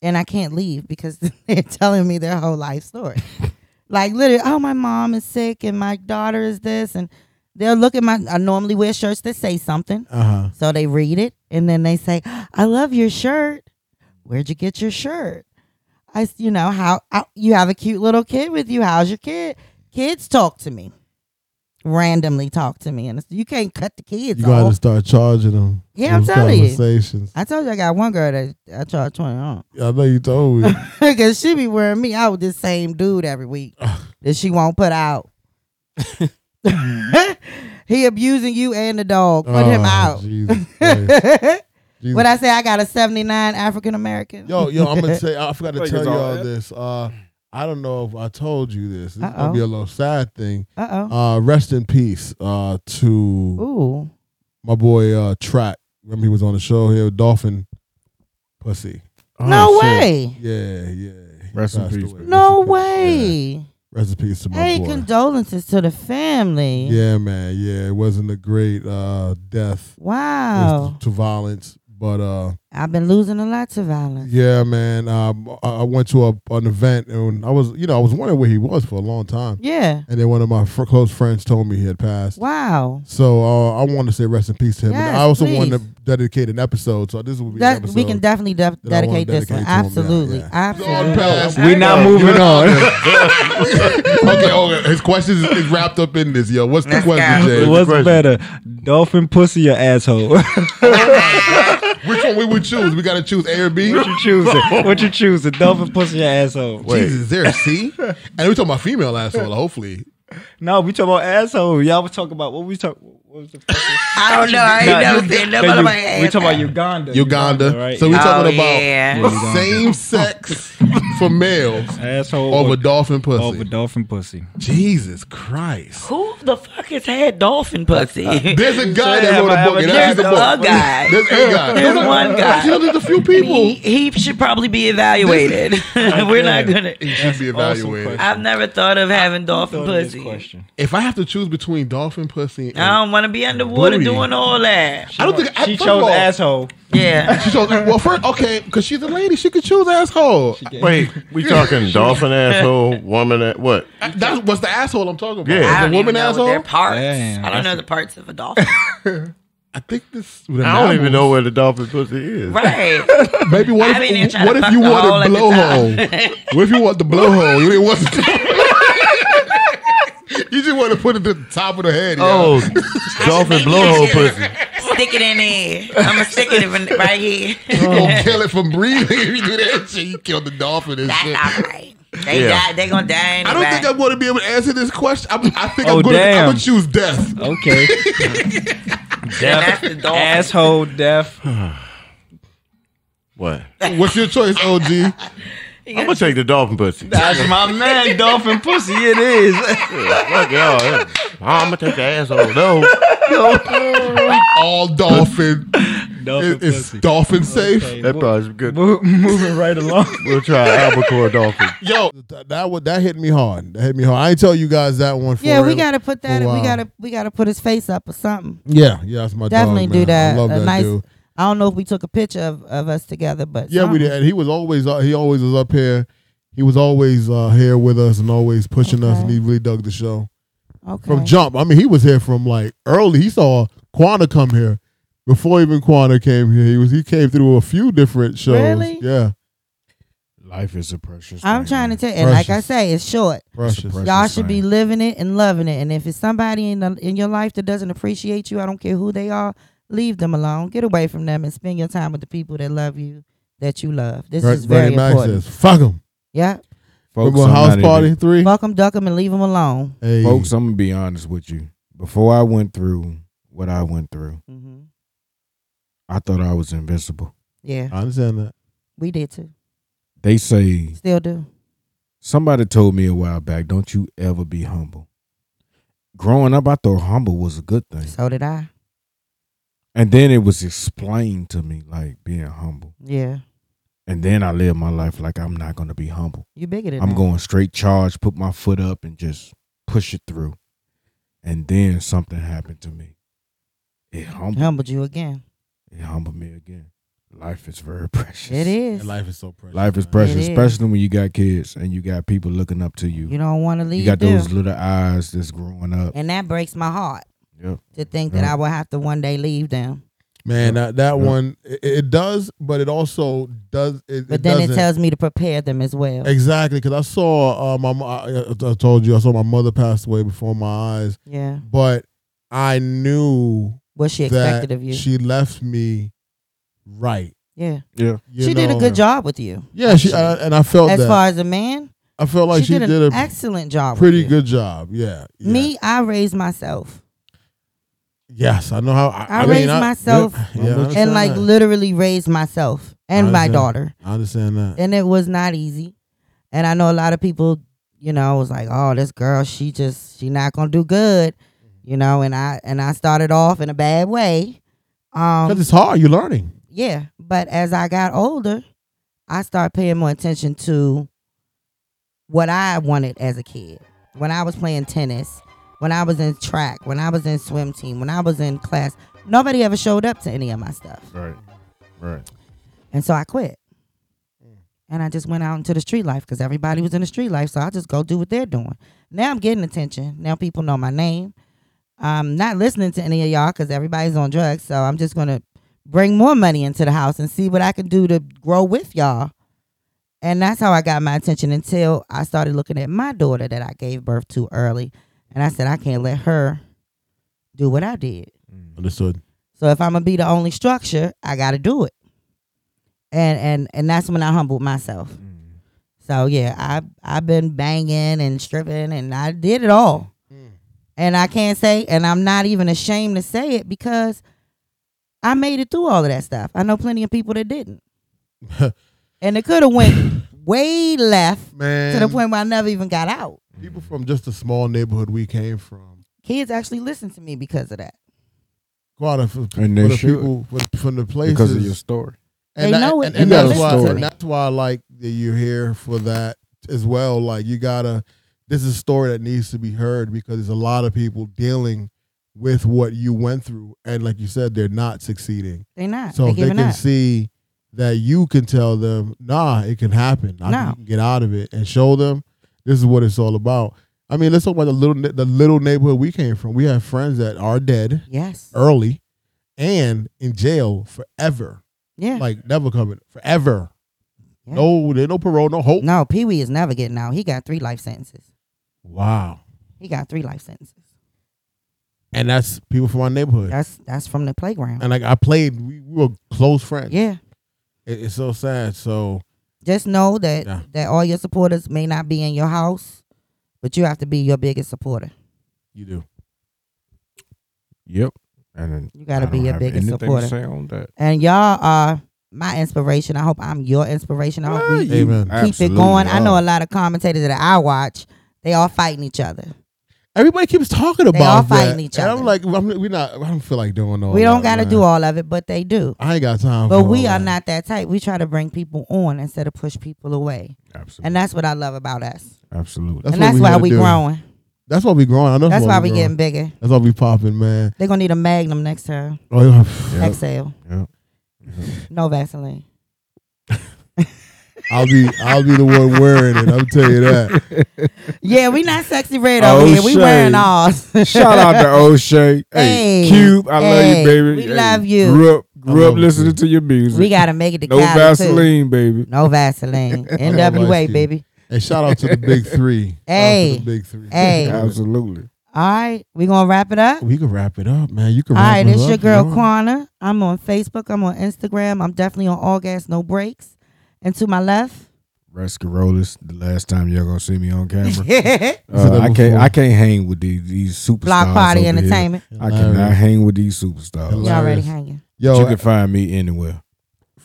Speaker 2: and I can't leave because <laughs> they're telling me their whole life
Speaker 3: <laughs>
Speaker 2: story. like literally, oh, my mom is sick, and my daughter is this, and they'll look at my. I normally wear shirts that say something.
Speaker 1: Uh huh.
Speaker 2: So they read it and then they say, "I love your shirt. Where'd you get your shirt? I, s- you know, how I, you have a cute little kid with you. How's your kid? Kids talk to me, randomly talk to me, and it's, you can't cut the kids
Speaker 1: You gotta
Speaker 2: off.
Speaker 1: start charging them.
Speaker 2: Yeah, I'm telling you.
Speaker 1: conversations.
Speaker 2: I told you I got one girl that I charged twenty on <laughs>
Speaker 1: I know you told me.
Speaker 2: because she be wearing me out with this same dude every week that she won't
Speaker 1: <laughs>
Speaker 2: put out. <laughs> he abusing you and the dog. Put him
Speaker 1: Oh,
Speaker 2: out. <laughs>
Speaker 1: Jesus Christ. Jesus
Speaker 2: What I say, I got a 79 African American.
Speaker 1: Yo, yo,
Speaker 2: <laughs>
Speaker 1: I'm gonna say I forgot to
Speaker 3: Like
Speaker 1: tell
Speaker 3: it's all
Speaker 1: y'all
Speaker 3: that.
Speaker 1: this. Uh, I don't know if I told you this. This is gonna
Speaker 2: Uh-oh.
Speaker 1: be a little sad thing.
Speaker 2: Uh oh.
Speaker 1: Uh, rest in peace. Uh, to
Speaker 2: Ooh.
Speaker 1: my boy uh Track. Remember he was on the show here, Dolphin Pussy.
Speaker 2: no
Speaker 3: Oh, shit.
Speaker 2: way.
Speaker 1: Yeah, yeah. He
Speaker 3: Rest in
Speaker 1: passed
Speaker 3: peace,
Speaker 1: away.
Speaker 3: baby.
Speaker 2: No
Speaker 1: Rest in peace. Yeah.
Speaker 2: way.
Speaker 1: Rest in peace to my
Speaker 2: Hey,
Speaker 1: boy.
Speaker 2: condolences to the family.
Speaker 1: yeah, man. Yeah, it wasn't a great uh death. It was
Speaker 2: Wow.
Speaker 1: to violence, but uh.
Speaker 2: I've been losing a lot to violence.
Speaker 1: Yeah, man. Um, I I went to a, an event and I was, you know, I was wondering where he was for a long time.
Speaker 2: Yeah.
Speaker 1: And then one of my fr- close friends told me he had passed.
Speaker 2: Wow.
Speaker 1: So uh, I want to say rest in peace to him. and
Speaker 2: Yes,
Speaker 1: I also
Speaker 2: please.
Speaker 1: want to dedicate an episode. So this will be an
Speaker 2: That
Speaker 1: episode.
Speaker 2: we can definitely de-
Speaker 1: that I wanna
Speaker 2: dedicate this one.
Speaker 1: dedicate to 'em, yeah,
Speaker 2: Absolutely.
Speaker 1: yeah.
Speaker 2: Absolutely.
Speaker 4: We not moving on.
Speaker 5: <laughs>
Speaker 1: okay, okay. His questions is, is wrapped up in this, yo. What's the question, Jay?
Speaker 4: What's better, dolphin pussy or asshole? <laughs>
Speaker 1: Which one we would choose? We got to choose A or B.
Speaker 4: what you choosing? What you choosing, dolphin pussy or asshole?
Speaker 1: Jesus, is there a C? And we're talking about female asshole, hopefully.
Speaker 4: No, we talking about asshole. Y'all was talking about what we talk. What was the fucking-
Speaker 5: I don't know. <laughs> I ain't
Speaker 4: Nah,
Speaker 5: never
Speaker 4: you-
Speaker 5: said
Speaker 4: that
Speaker 5: nothing about
Speaker 4: you-
Speaker 5: my
Speaker 4: We
Speaker 5: ass.
Speaker 4: talking about Uganda.
Speaker 1: Uganda.
Speaker 4: right?
Speaker 1: So we're
Speaker 4: Yeah.
Speaker 1: talking
Speaker 5: Oh,
Speaker 1: about
Speaker 5: yeah.
Speaker 4: Yeah,
Speaker 1: same sex for males
Speaker 4: asshole
Speaker 1: over
Speaker 4: over,
Speaker 1: dolphin pussy.
Speaker 4: over dolphin pussy.
Speaker 1: Jesus Christ.
Speaker 5: Who the fuck has had dolphin pussy?
Speaker 1: There's a guy
Speaker 4: Say,
Speaker 1: that wrote
Speaker 4: have I
Speaker 1: a book,
Speaker 4: ever
Speaker 1: and that's
Speaker 4: done
Speaker 1: the
Speaker 4: that?
Speaker 1: book.
Speaker 5: a guy.
Speaker 1: There's a guy.
Speaker 5: There's one guy.
Speaker 1: Actually, there's a few people.
Speaker 5: he, he should probably be evaluated. <laughs> We're not gonna.
Speaker 1: He should be
Speaker 4: awesome
Speaker 1: evaluated.
Speaker 4: question.
Speaker 5: I've never thought of having dolphin
Speaker 4: Thought of this
Speaker 5: pussy.
Speaker 4: question.
Speaker 1: If I have to choose between dolphin pussy and
Speaker 5: I don't want to be underwater
Speaker 1: Booty.
Speaker 5: doing all that.
Speaker 1: I don't think I-
Speaker 4: she
Speaker 1: first of
Speaker 4: chose
Speaker 1: all,
Speaker 4: asshole.
Speaker 5: Yeah.
Speaker 1: She chose, well, first, okay, because she's a lady, she could choose asshole.
Speaker 6: Wait, we talking dolphin asshole, woman at what?
Speaker 1: I- That's what's the asshole I'm talking about.
Speaker 6: Yeah.
Speaker 5: I
Speaker 1: the
Speaker 5: don't
Speaker 1: woman
Speaker 5: even know
Speaker 1: asshole.
Speaker 5: their parts.
Speaker 4: Damn,
Speaker 5: I don't know the parts of a dolphin.
Speaker 1: I think this.
Speaker 6: I don't even know where the dolphin pussy is.
Speaker 5: right.
Speaker 1: Maybe what
Speaker 5: I've been here
Speaker 1: if,
Speaker 5: trying
Speaker 1: what
Speaker 5: to
Speaker 1: if
Speaker 5: fuck
Speaker 1: you
Speaker 5: the
Speaker 1: want
Speaker 5: hole
Speaker 1: a
Speaker 5: at the
Speaker 1: blowhole? <laughs> what if you want the blowhole? You didn't want the- <laughs> You just want to put it to the top of the head.
Speaker 6: Oh,
Speaker 1: Oh,
Speaker 6: dolphin blowhole pussy.
Speaker 5: Stick it in there. I'm gonna stick it in
Speaker 1: <laughs>
Speaker 5: right here.
Speaker 1: you gonna kill it from breathing <laughs> if you do that shit. You kill the dolphin and shit.
Speaker 5: That's all right. They
Speaker 6: Yeah.
Speaker 5: die. They gonna die
Speaker 1: I
Speaker 5: anyway.
Speaker 1: don't think I'm going to be able to answer this question. I'm, I think
Speaker 4: Oh,
Speaker 1: I'm going to. I'm
Speaker 4: damn.
Speaker 1: going to choose death.
Speaker 4: <laughs> Okay.
Speaker 5: That's the dolphin.
Speaker 4: asshole deaf.
Speaker 6: What?
Speaker 1: What's your choice, OG?
Speaker 6: I'm gonna take the dolphin <laughs> pussy.
Speaker 4: That's my man, <laughs> Dolphin Pussy. It is.
Speaker 6: Fuck y'all. yeah. I'm gonna take the asshole. No,
Speaker 1: All dolphin.
Speaker 4: Dolphin
Speaker 1: It- it's dolphin safe.
Speaker 6: that probably good.
Speaker 4: Mo- moving right along.
Speaker 6: We'll try albacore dolphin.
Speaker 1: Yo, that, that wa- that hit me hard. That hit me hard. I ain't tell you guys that one. For
Speaker 2: <laughs> yeah, we
Speaker 1: real.
Speaker 2: gotta put that.
Speaker 1: Oh, wow.
Speaker 2: We gotta we gotta put his face up or something.
Speaker 1: Yeah, yeah, that's my
Speaker 2: Definitely
Speaker 1: dog,
Speaker 2: do
Speaker 1: man.
Speaker 2: that.
Speaker 1: I love
Speaker 2: a
Speaker 1: that
Speaker 2: nice.
Speaker 1: dude.
Speaker 2: I don't know if we took a picture of, of us together, but
Speaker 1: Yeah, we
Speaker 2: something.
Speaker 1: did. And he was always uh, he always was up here. He was always uh, here with us and always pushing us, and
Speaker 2: Okay.
Speaker 1: he really dug the show
Speaker 2: Okay.
Speaker 1: from jump. I mean, he was here from like early. He saw Quanta come here before even Quanta came here. He was he came through a few different shows.
Speaker 2: Really?
Speaker 1: Yeah,
Speaker 3: Life is a precious.
Speaker 2: I'm
Speaker 3: thing,
Speaker 2: trying to
Speaker 3: man.
Speaker 2: tell, and like I
Speaker 1: Precious.
Speaker 2: say, it's short.
Speaker 1: precious.
Speaker 3: Precious
Speaker 2: Y'all should be
Speaker 3: thing.
Speaker 2: living it and loving it. And if it's somebody in the, in your life that doesn't appreciate you, I don't care who they are, leave them alone. Get away from them and spend your time with the people that love you, that you love. This
Speaker 1: Bernie
Speaker 2: is very
Speaker 1: Mac
Speaker 2: important.
Speaker 1: says, "Fuck him."
Speaker 2: Yeah,
Speaker 3: Folks,
Speaker 1: Remember house
Speaker 3: somebody
Speaker 1: party three?
Speaker 2: fuck them, duck them, and leave them alone.
Speaker 1: Hey,
Speaker 3: folks, I'm gonna be honest with you. Before I went through what I went through,
Speaker 1: Mm-hmm.
Speaker 2: hmm
Speaker 3: I thought I was invincible.
Speaker 2: Yeah,
Speaker 1: I understand that.
Speaker 2: we did too.
Speaker 3: They say
Speaker 2: Still do.
Speaker 3: somebody told me a while back, "Don't you ever be humble." Growing up, I thought humble was a good thing,
Speaker 2: So did I.
Speaker 3: and then it was explained to me like being humble,
Speaker 2: Yeah,
Speaker 3: and then I lived my life like I'm not gonna be humble.
Speaker 2: you bigger than
Speaker 3: I'm
Speaker 2: that.
Speaker 3: going straight charge, put my foot up and just push it through. And then something happened to me. It humbled,
Speaker 2: humbled you again.
Speaker 3: it humbled me again. Life is very <laughs> precious.
Speaker 2: It is.
Speaker 1: And life is so precious.
Speaker 3: Life is
Speaker 1: man.
Speaker 3: precious,
Speaker 2: It is.
Speaker 3: especially when you got kids and you got people looking up to you.
Speaker 2: You don't want to
Speaker 3: You,
Speaker 2: leave
Speaker 3: got
Speaker 2: them.
Speaker 3: those little eyes that's growing up.
Speaker 2: and that breaks my heart
Speaker 3: Yep.
Speaker 2: to think that
Speaker 3: Yeah.
Speaker 2: I will have to one day leave them.
Speaker 1: Man, that, that
Speaker 3: Yeah.
Speaker 1: one it, it does, but it also does. It,
Speaker 2: But then it,
Speaker 1: doesn't.
Speaker 2: tells me to prepare them as well.
Speaker 1: exactly because I saw uh, my. mo- I, I- I told you I saw my mother passed away before my eyes,
Speaker 2: yeah.
Speaker 1: but I knew
Speaker 2: What she
Speaker 1: that
Speaker 2: expected of you.
Speaker 1: she left me right.
Speaker 2: yeah.
Speaker 3: Yeah.
Speaker 1: you
Speaker 2: she did a
Speaker 1: know?
Speaker 2: good job with you.
Speaker 1: Yeah, she I, and I felt
Speaker 2: As
Speaker 1: that.
Speaker 2: far as a man,
Speaker 1: I felt like
Speaker 2: she, did, an
Speaker 1: a
Speaker 2: excellent job.
Speaker 1: pretty
Speaker 2: with you.
Speaker 1: good job. Yeah, yeah.
Speaker 2: Me, I raised myself.
Speaker 1: Yes, I know how. I,
Speaker 2: I,
Speaker 1: I mean,
Speaker 2: raised
Speaker 1: I-
Speaker 2: myself
Speaker 1: Yeah, I understand
Speaker 2: and like
Speaker 1: that.
Speaker 2: literally raised myself and my
Speaker 1: understand.
Speaker 2: daughter.
Speaker 1: I understand that.
Speaker 2: And it was not easy. And I know a lot of people, you know, was like, Oh, this girl, she just she not gonna do good. You know, and I and I started off in a bad way. Um
Speaker 1: Because it's hard. You're learning.
Speaker 2: Yeah, but as I got older, I started paying more attention to what I wanted as a kid. When I was playing tennis, when I was in track, when I was in swim team, when I was in class, nobody ever showed up to any of my stuff.
Speaker 3: Right. Right.
Speaker 2: And so I quit. And I just went out into the street life because everybody was in the street life. So I just go do what they're doing. Now I'm getting attention. Now people know my name. I'm not listening to any of y'all because everybody's on drugs. So I'm just going to bring more money into the house and see what I can do to grow with y'all. And that's how I got my attention until I started looking at my daughter that I gave birth to early. And I said, I can't let her do what I did.
Speaker 1: Understood.
Speaker 2: So if I'm gonna be the only structure, I gotta do it. And and and that's when I humbled myself.
Speaker 1: Mm.
Speaker 2: So yeah, I I've been banging and stripping and I did it all.
Speaker 1: Mm.
Speaker 2: And I can't say, and I'm not even ashamed to say it because I made it through all of that stuff. I know plenty of people
Speaker 1: <laughs>
Speaker 2: that didn't, and it could have went way left
Speaker 1: Man,
Speaker 2: to the point where I never even got out.
Speaker 1: people from just the small neighborhood we came from.
Speaker 2: Kids actually listened to me because of that.
Speaker 1: Quite a few
Speaker 3: And they
Speaker 1: for the
Speaker 3: should.
Speaker 1: people for the, from the places
Speaker 3: Because of your story.
Speaker 1: and
Speaker 2: They
Speaker 1: that-
Speaker 2: know it,
Speaker 1: and,
Speaker 2: and
Speaker 1: and
Speaker 3: they
Speaker 1: that's
Speaker 3: listen
Speaker 1: why
Speaker 3: to
Speaker 1: and
Speaker 2: it.
Speaker 1: that's why I like that you're here for that as well. Like you gotta, this is a story that needs to be heard because there's a lot of people dealing with what you went through, and like you said, they're not succeeding.
Speaker 2: They not.
Speaker 1: So
Speaker 2: they
Speaker 1: if they
Speaker 2: giving
Speaker 1: can
Speaker 2: up.
Speaker 1: see that you can tell them, nah, it can happen. I
Speaker 2: No.
Speaker 1: can get out of it and show them this is what it's all about. I mean, let's talk about the little ne- the little neighborhood we came from. We have friends that are dead
Speaker 2: yes.
Speaker 1: early and in jail forever.
Speaker 2: Yeah.
Speaker 1: Like never coming forever.
Speaker 2: Yeah.
Speaker 1: No, there's no parole, no
Speaker 3: Oh.
Speaker 1: hope.
Speaker 2: No, Pee Wee is never getting out. He got three life sentences.
Speaker 1: Wow.
Speaker 2: He got three life sentences.
Speaker 1: And that's people from our neighborhood.
Speaker 2: That's that's from the playground.
Speaker 1: and like I played, we, we were close friends.
Speaker 2: Yeah.
Speaker 1: It- it's so sad. So
Speaker 2: Just know that
Speaker 1: Yeah.
Speaker 2: that all your supporters may not be in your house, but you have to be your biggest supporter.
Speaker 1: you do.
Speaker 3: Yep. And then
Speaker 2: You got to
Speaker 3: I don't
Speaker 2: be your
Speaker 3: have
Speaker 2: biggest
Speaker 3: anything to
Speaker 2: supporter.
Speaker 3: say on that.
Speaker 2: And y'all are my inspiration. I hope I'm your inspiration. I hope we
Speaker 1: you Amen.
Speaker 2: keep it going.
Speaker 3: Oh.
Speaker 2: I know a lot of commentators that I watch, they all fighting each other.
Speaker 1: Everybody keeps talking about
Speaker 2: all
Speaker 1: that.
Speaker 2: fighting each
Speaker 1: and
Speaker 2: other.
Speaker 1: I'm like, I'm, we not. I don't feel like doing
Speaker 3: Oh,
Speaker 1: all.
Speaker 2: we don't
Speaker 1: got
Speaker 2: got to do all of it, but they do.
Speaker 1: I ain't got time.
Speaker 2: But
Speaker 1: for
Speaker 2: we
Speaker 1: all
Speaker 2: are
Speaker 1: that.
Speaker 2: not that type. We try to bring people on instead of push people away.
Speaker 3: Absolutely.
Speaker 2: And that's what I love about us.
Speaker 3: Absolutely.
Speaker 1: That's
Speaker 2: and
Speaker 1: what
Speaker 2: that's
Speaker 1: we
Speaker 2: why
Speaker 1: gotta
Speaker 2: we
Speaker 1: do.
Speaker 2: growing.
Speaker 1: That's why we growing. I know.
Speaker 2: That's why we
Speaker 1: we
Speaker 2: getting bigger.
Speaker 1: That's why we popping, man. <laughs>
Speaker 2: They're going to need a magnum next time.
Speaker 1: Oh, yeah.
Speaker 3: Yep.
Speaker 2: Next sale.
Speaker 3: Yep.
Speaker 2: No Vaseline.
Speaker 1: I'll be I'll be the one wearing it. I'll tell you that.
Speaker 2: Yeah, we not sexy red
Speaker 3: Oh,
Speaker 2: over here. We
Speaker 3: shade.
Speaker 2: wearing ours.
Speaker 3: <laughs>
Speaker 2: <laughs>
Speaker 3: Shout out to O'Shea. Hey,
Speaker 2: Hey,
Speaker 3: Cube, I
Speaker 2: hey,
Speaker 3: love you, baby.
Speaker 2: we
Speaker 3: Hey,
Speaker 2: love you.
Speaker 3: Grew up,
Speaker 1: I
Speaker 3: grew
Speaker 1: love
Speaker 3: up
Speaker 1: you.
Speaker 3: listening to your music.
Speaker 2: we got to make it to
Speaker 3: no
Speaker 2: Cali, too.
Speaker 3: Vaseline, baby.
Speaker 2: No Vaseline.
Speaker 1: like
Speaker 2: NWA,
Speaker 1: you.
Speaker 2: baby.
Speaker 1: And shout out to the <laughs> big three. Shout out to
Speaker 2: Hey.
Speaker 1: the big three. <laughs>
Speaker 2: Hey.
Speaker 3: Absolutely.
Speaker 2: All right, we going to wrap it up.
Speaker 1: we can wrap it up, man. You can.
Speaker 2: All
Speaker 1: wrap
Speaker 2: right,
Speaker 1: it
Speaker 2: it's your
Speaker 1: up,
Speaker 2: girl
Speaker 1: you know?
Speaker 2: Kwana. I'm on Facebook. I'm on Instagram. I'm definitely on all gas, no breaks. And to my left,
Speaker 3: Rescarolis, the last time y'all gonna see me
Speaker 2: <laughs>
Speaker 3: on camera.
Speaker 1: Said
Speaker 3: Uh,
Speaker 1: that
Speaker 3: I can't
Speaker 1: before.
Speaker 3: I can't hang with these these superstars.
Speaker 2: Block Party
Speaker 3: over here.
Speaker 2: Entertainment.
Speaker 3: I cannot hang with these superstars.
Speaker 2: You already
Speaker 1: Hilarious.
Speaker 2: hanging.
Speaker 1: Yo,
Speaker 3: you can find me anywhere.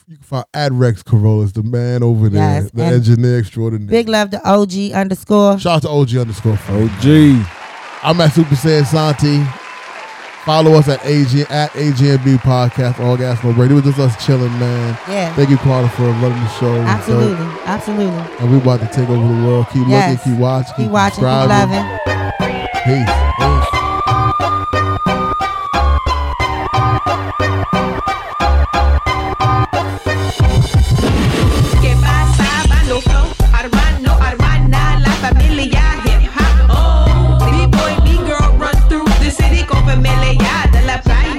Speaker 1: you can find at Rex Corollas, the man over there,
Speaker 2: Yes,
Speaker 1: the
Speaker 2: and
Speaker 1: engineer extraordinary.
Speaker 2: Big love to OG underscore.
Speaker 1: Shout out to OG underscore. four.
Speaker 3: OG.
Speaker 1: I'm at Super Saiyan Santi. Follow us at AG at AGMB Podcast. All gas no break. It was just us chilling, man.
Speaker 2: Yeah,
Speaker 1: Thank you, Carter, for loving the show. It was dope.
Speaker 2: absolutely, absolutely.
Speaker 1: And we about to take over the world. Keep
Speaker 2: Yes.
Speaker 1: looking, keep watching,
Speaker 2: Keep watching, keep
Speaker 1: subscribing.
Speaker 2: loving.
Speaker 1: Peace.
Speaker 7: que pasa, mano flow, hermano, hermana, la familia hip hop. Oh, B-boy, B-girl run through the city con familia de la playa.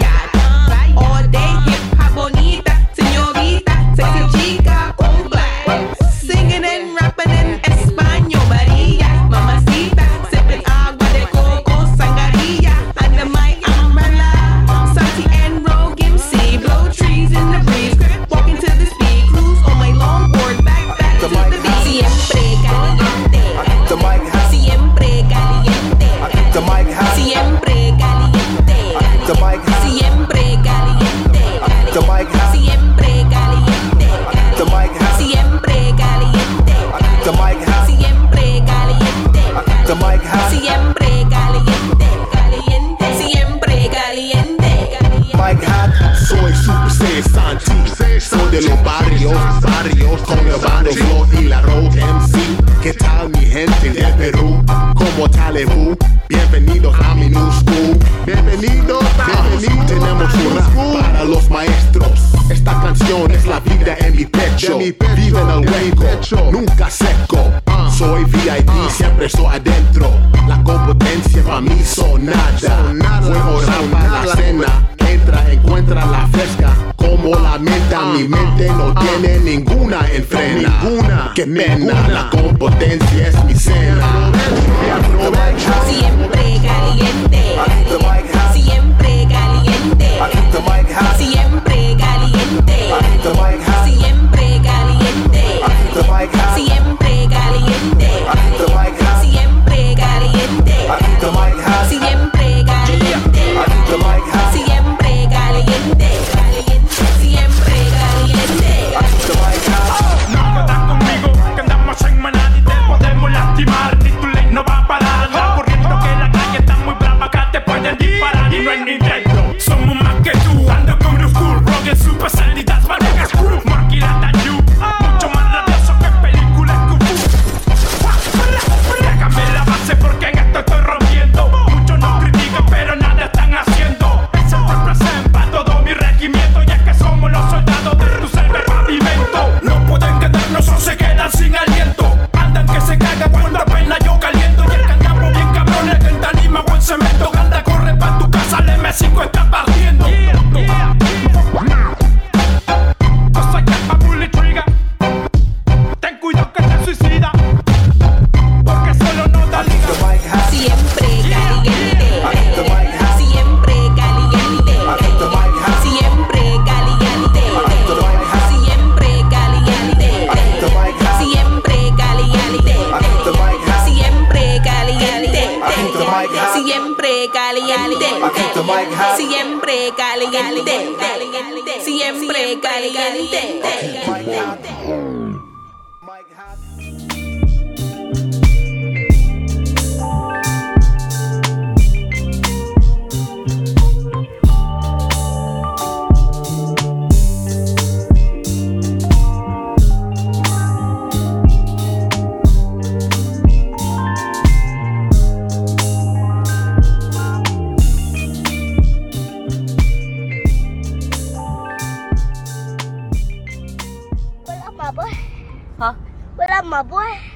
Speaker 7: All day hip hop bonita, señorita, sexy chica con black. Singing and rapping in español, María, mamacita, sipping agua de coco, sangarilla, under my umbrella. Santi and Rogan see blow trees in the breeze, grip walking to the speed, cruise on my longboard, back back to the beat. Siempre caliente, siempre caliente, siempre caliente, siempre caliente, siempre caliente, siempre caliente, siempre caliente. Siempre caliente, caliente, siempre caliente.
Speaker 8: Mike Hat, soy Super Saiyan Santi. Soy de los barrios, barrios con el barrio Flow y la Road MC. ¿Qué tal mi gente de Perú? ¿Cómo tal vous? Bienvenidos a mi new school. Bienvenidos a Bienvenidos. Tenemos un rap para los maestros. Esta canción es la vida en mi pecho. Vive en el hueco, nunca seco. Soy VIP, siempre estoy adentro. La competencia para mí son nada. Fuego rampa la cena. Entra, encuentra la fresca. Como la menta, mi mente no tiene ninguna enfrena. Que pena, la competencia es mi cena.
Speaker 7: Siempre caliente, siempre caliente, siempre caliente, siempre caliente, siempre caliente, siempre caliente, siempre caliente. Siempre caliente, caliente, siempre caliente.
Speaker 9: No contar conmigo, que andamos en maná y te podemos lastimar. Ni tú le
Speaker 7: siempre caliente, siempre caliente.
Speaker 9: What up, my boy? Huh? What up, my boy?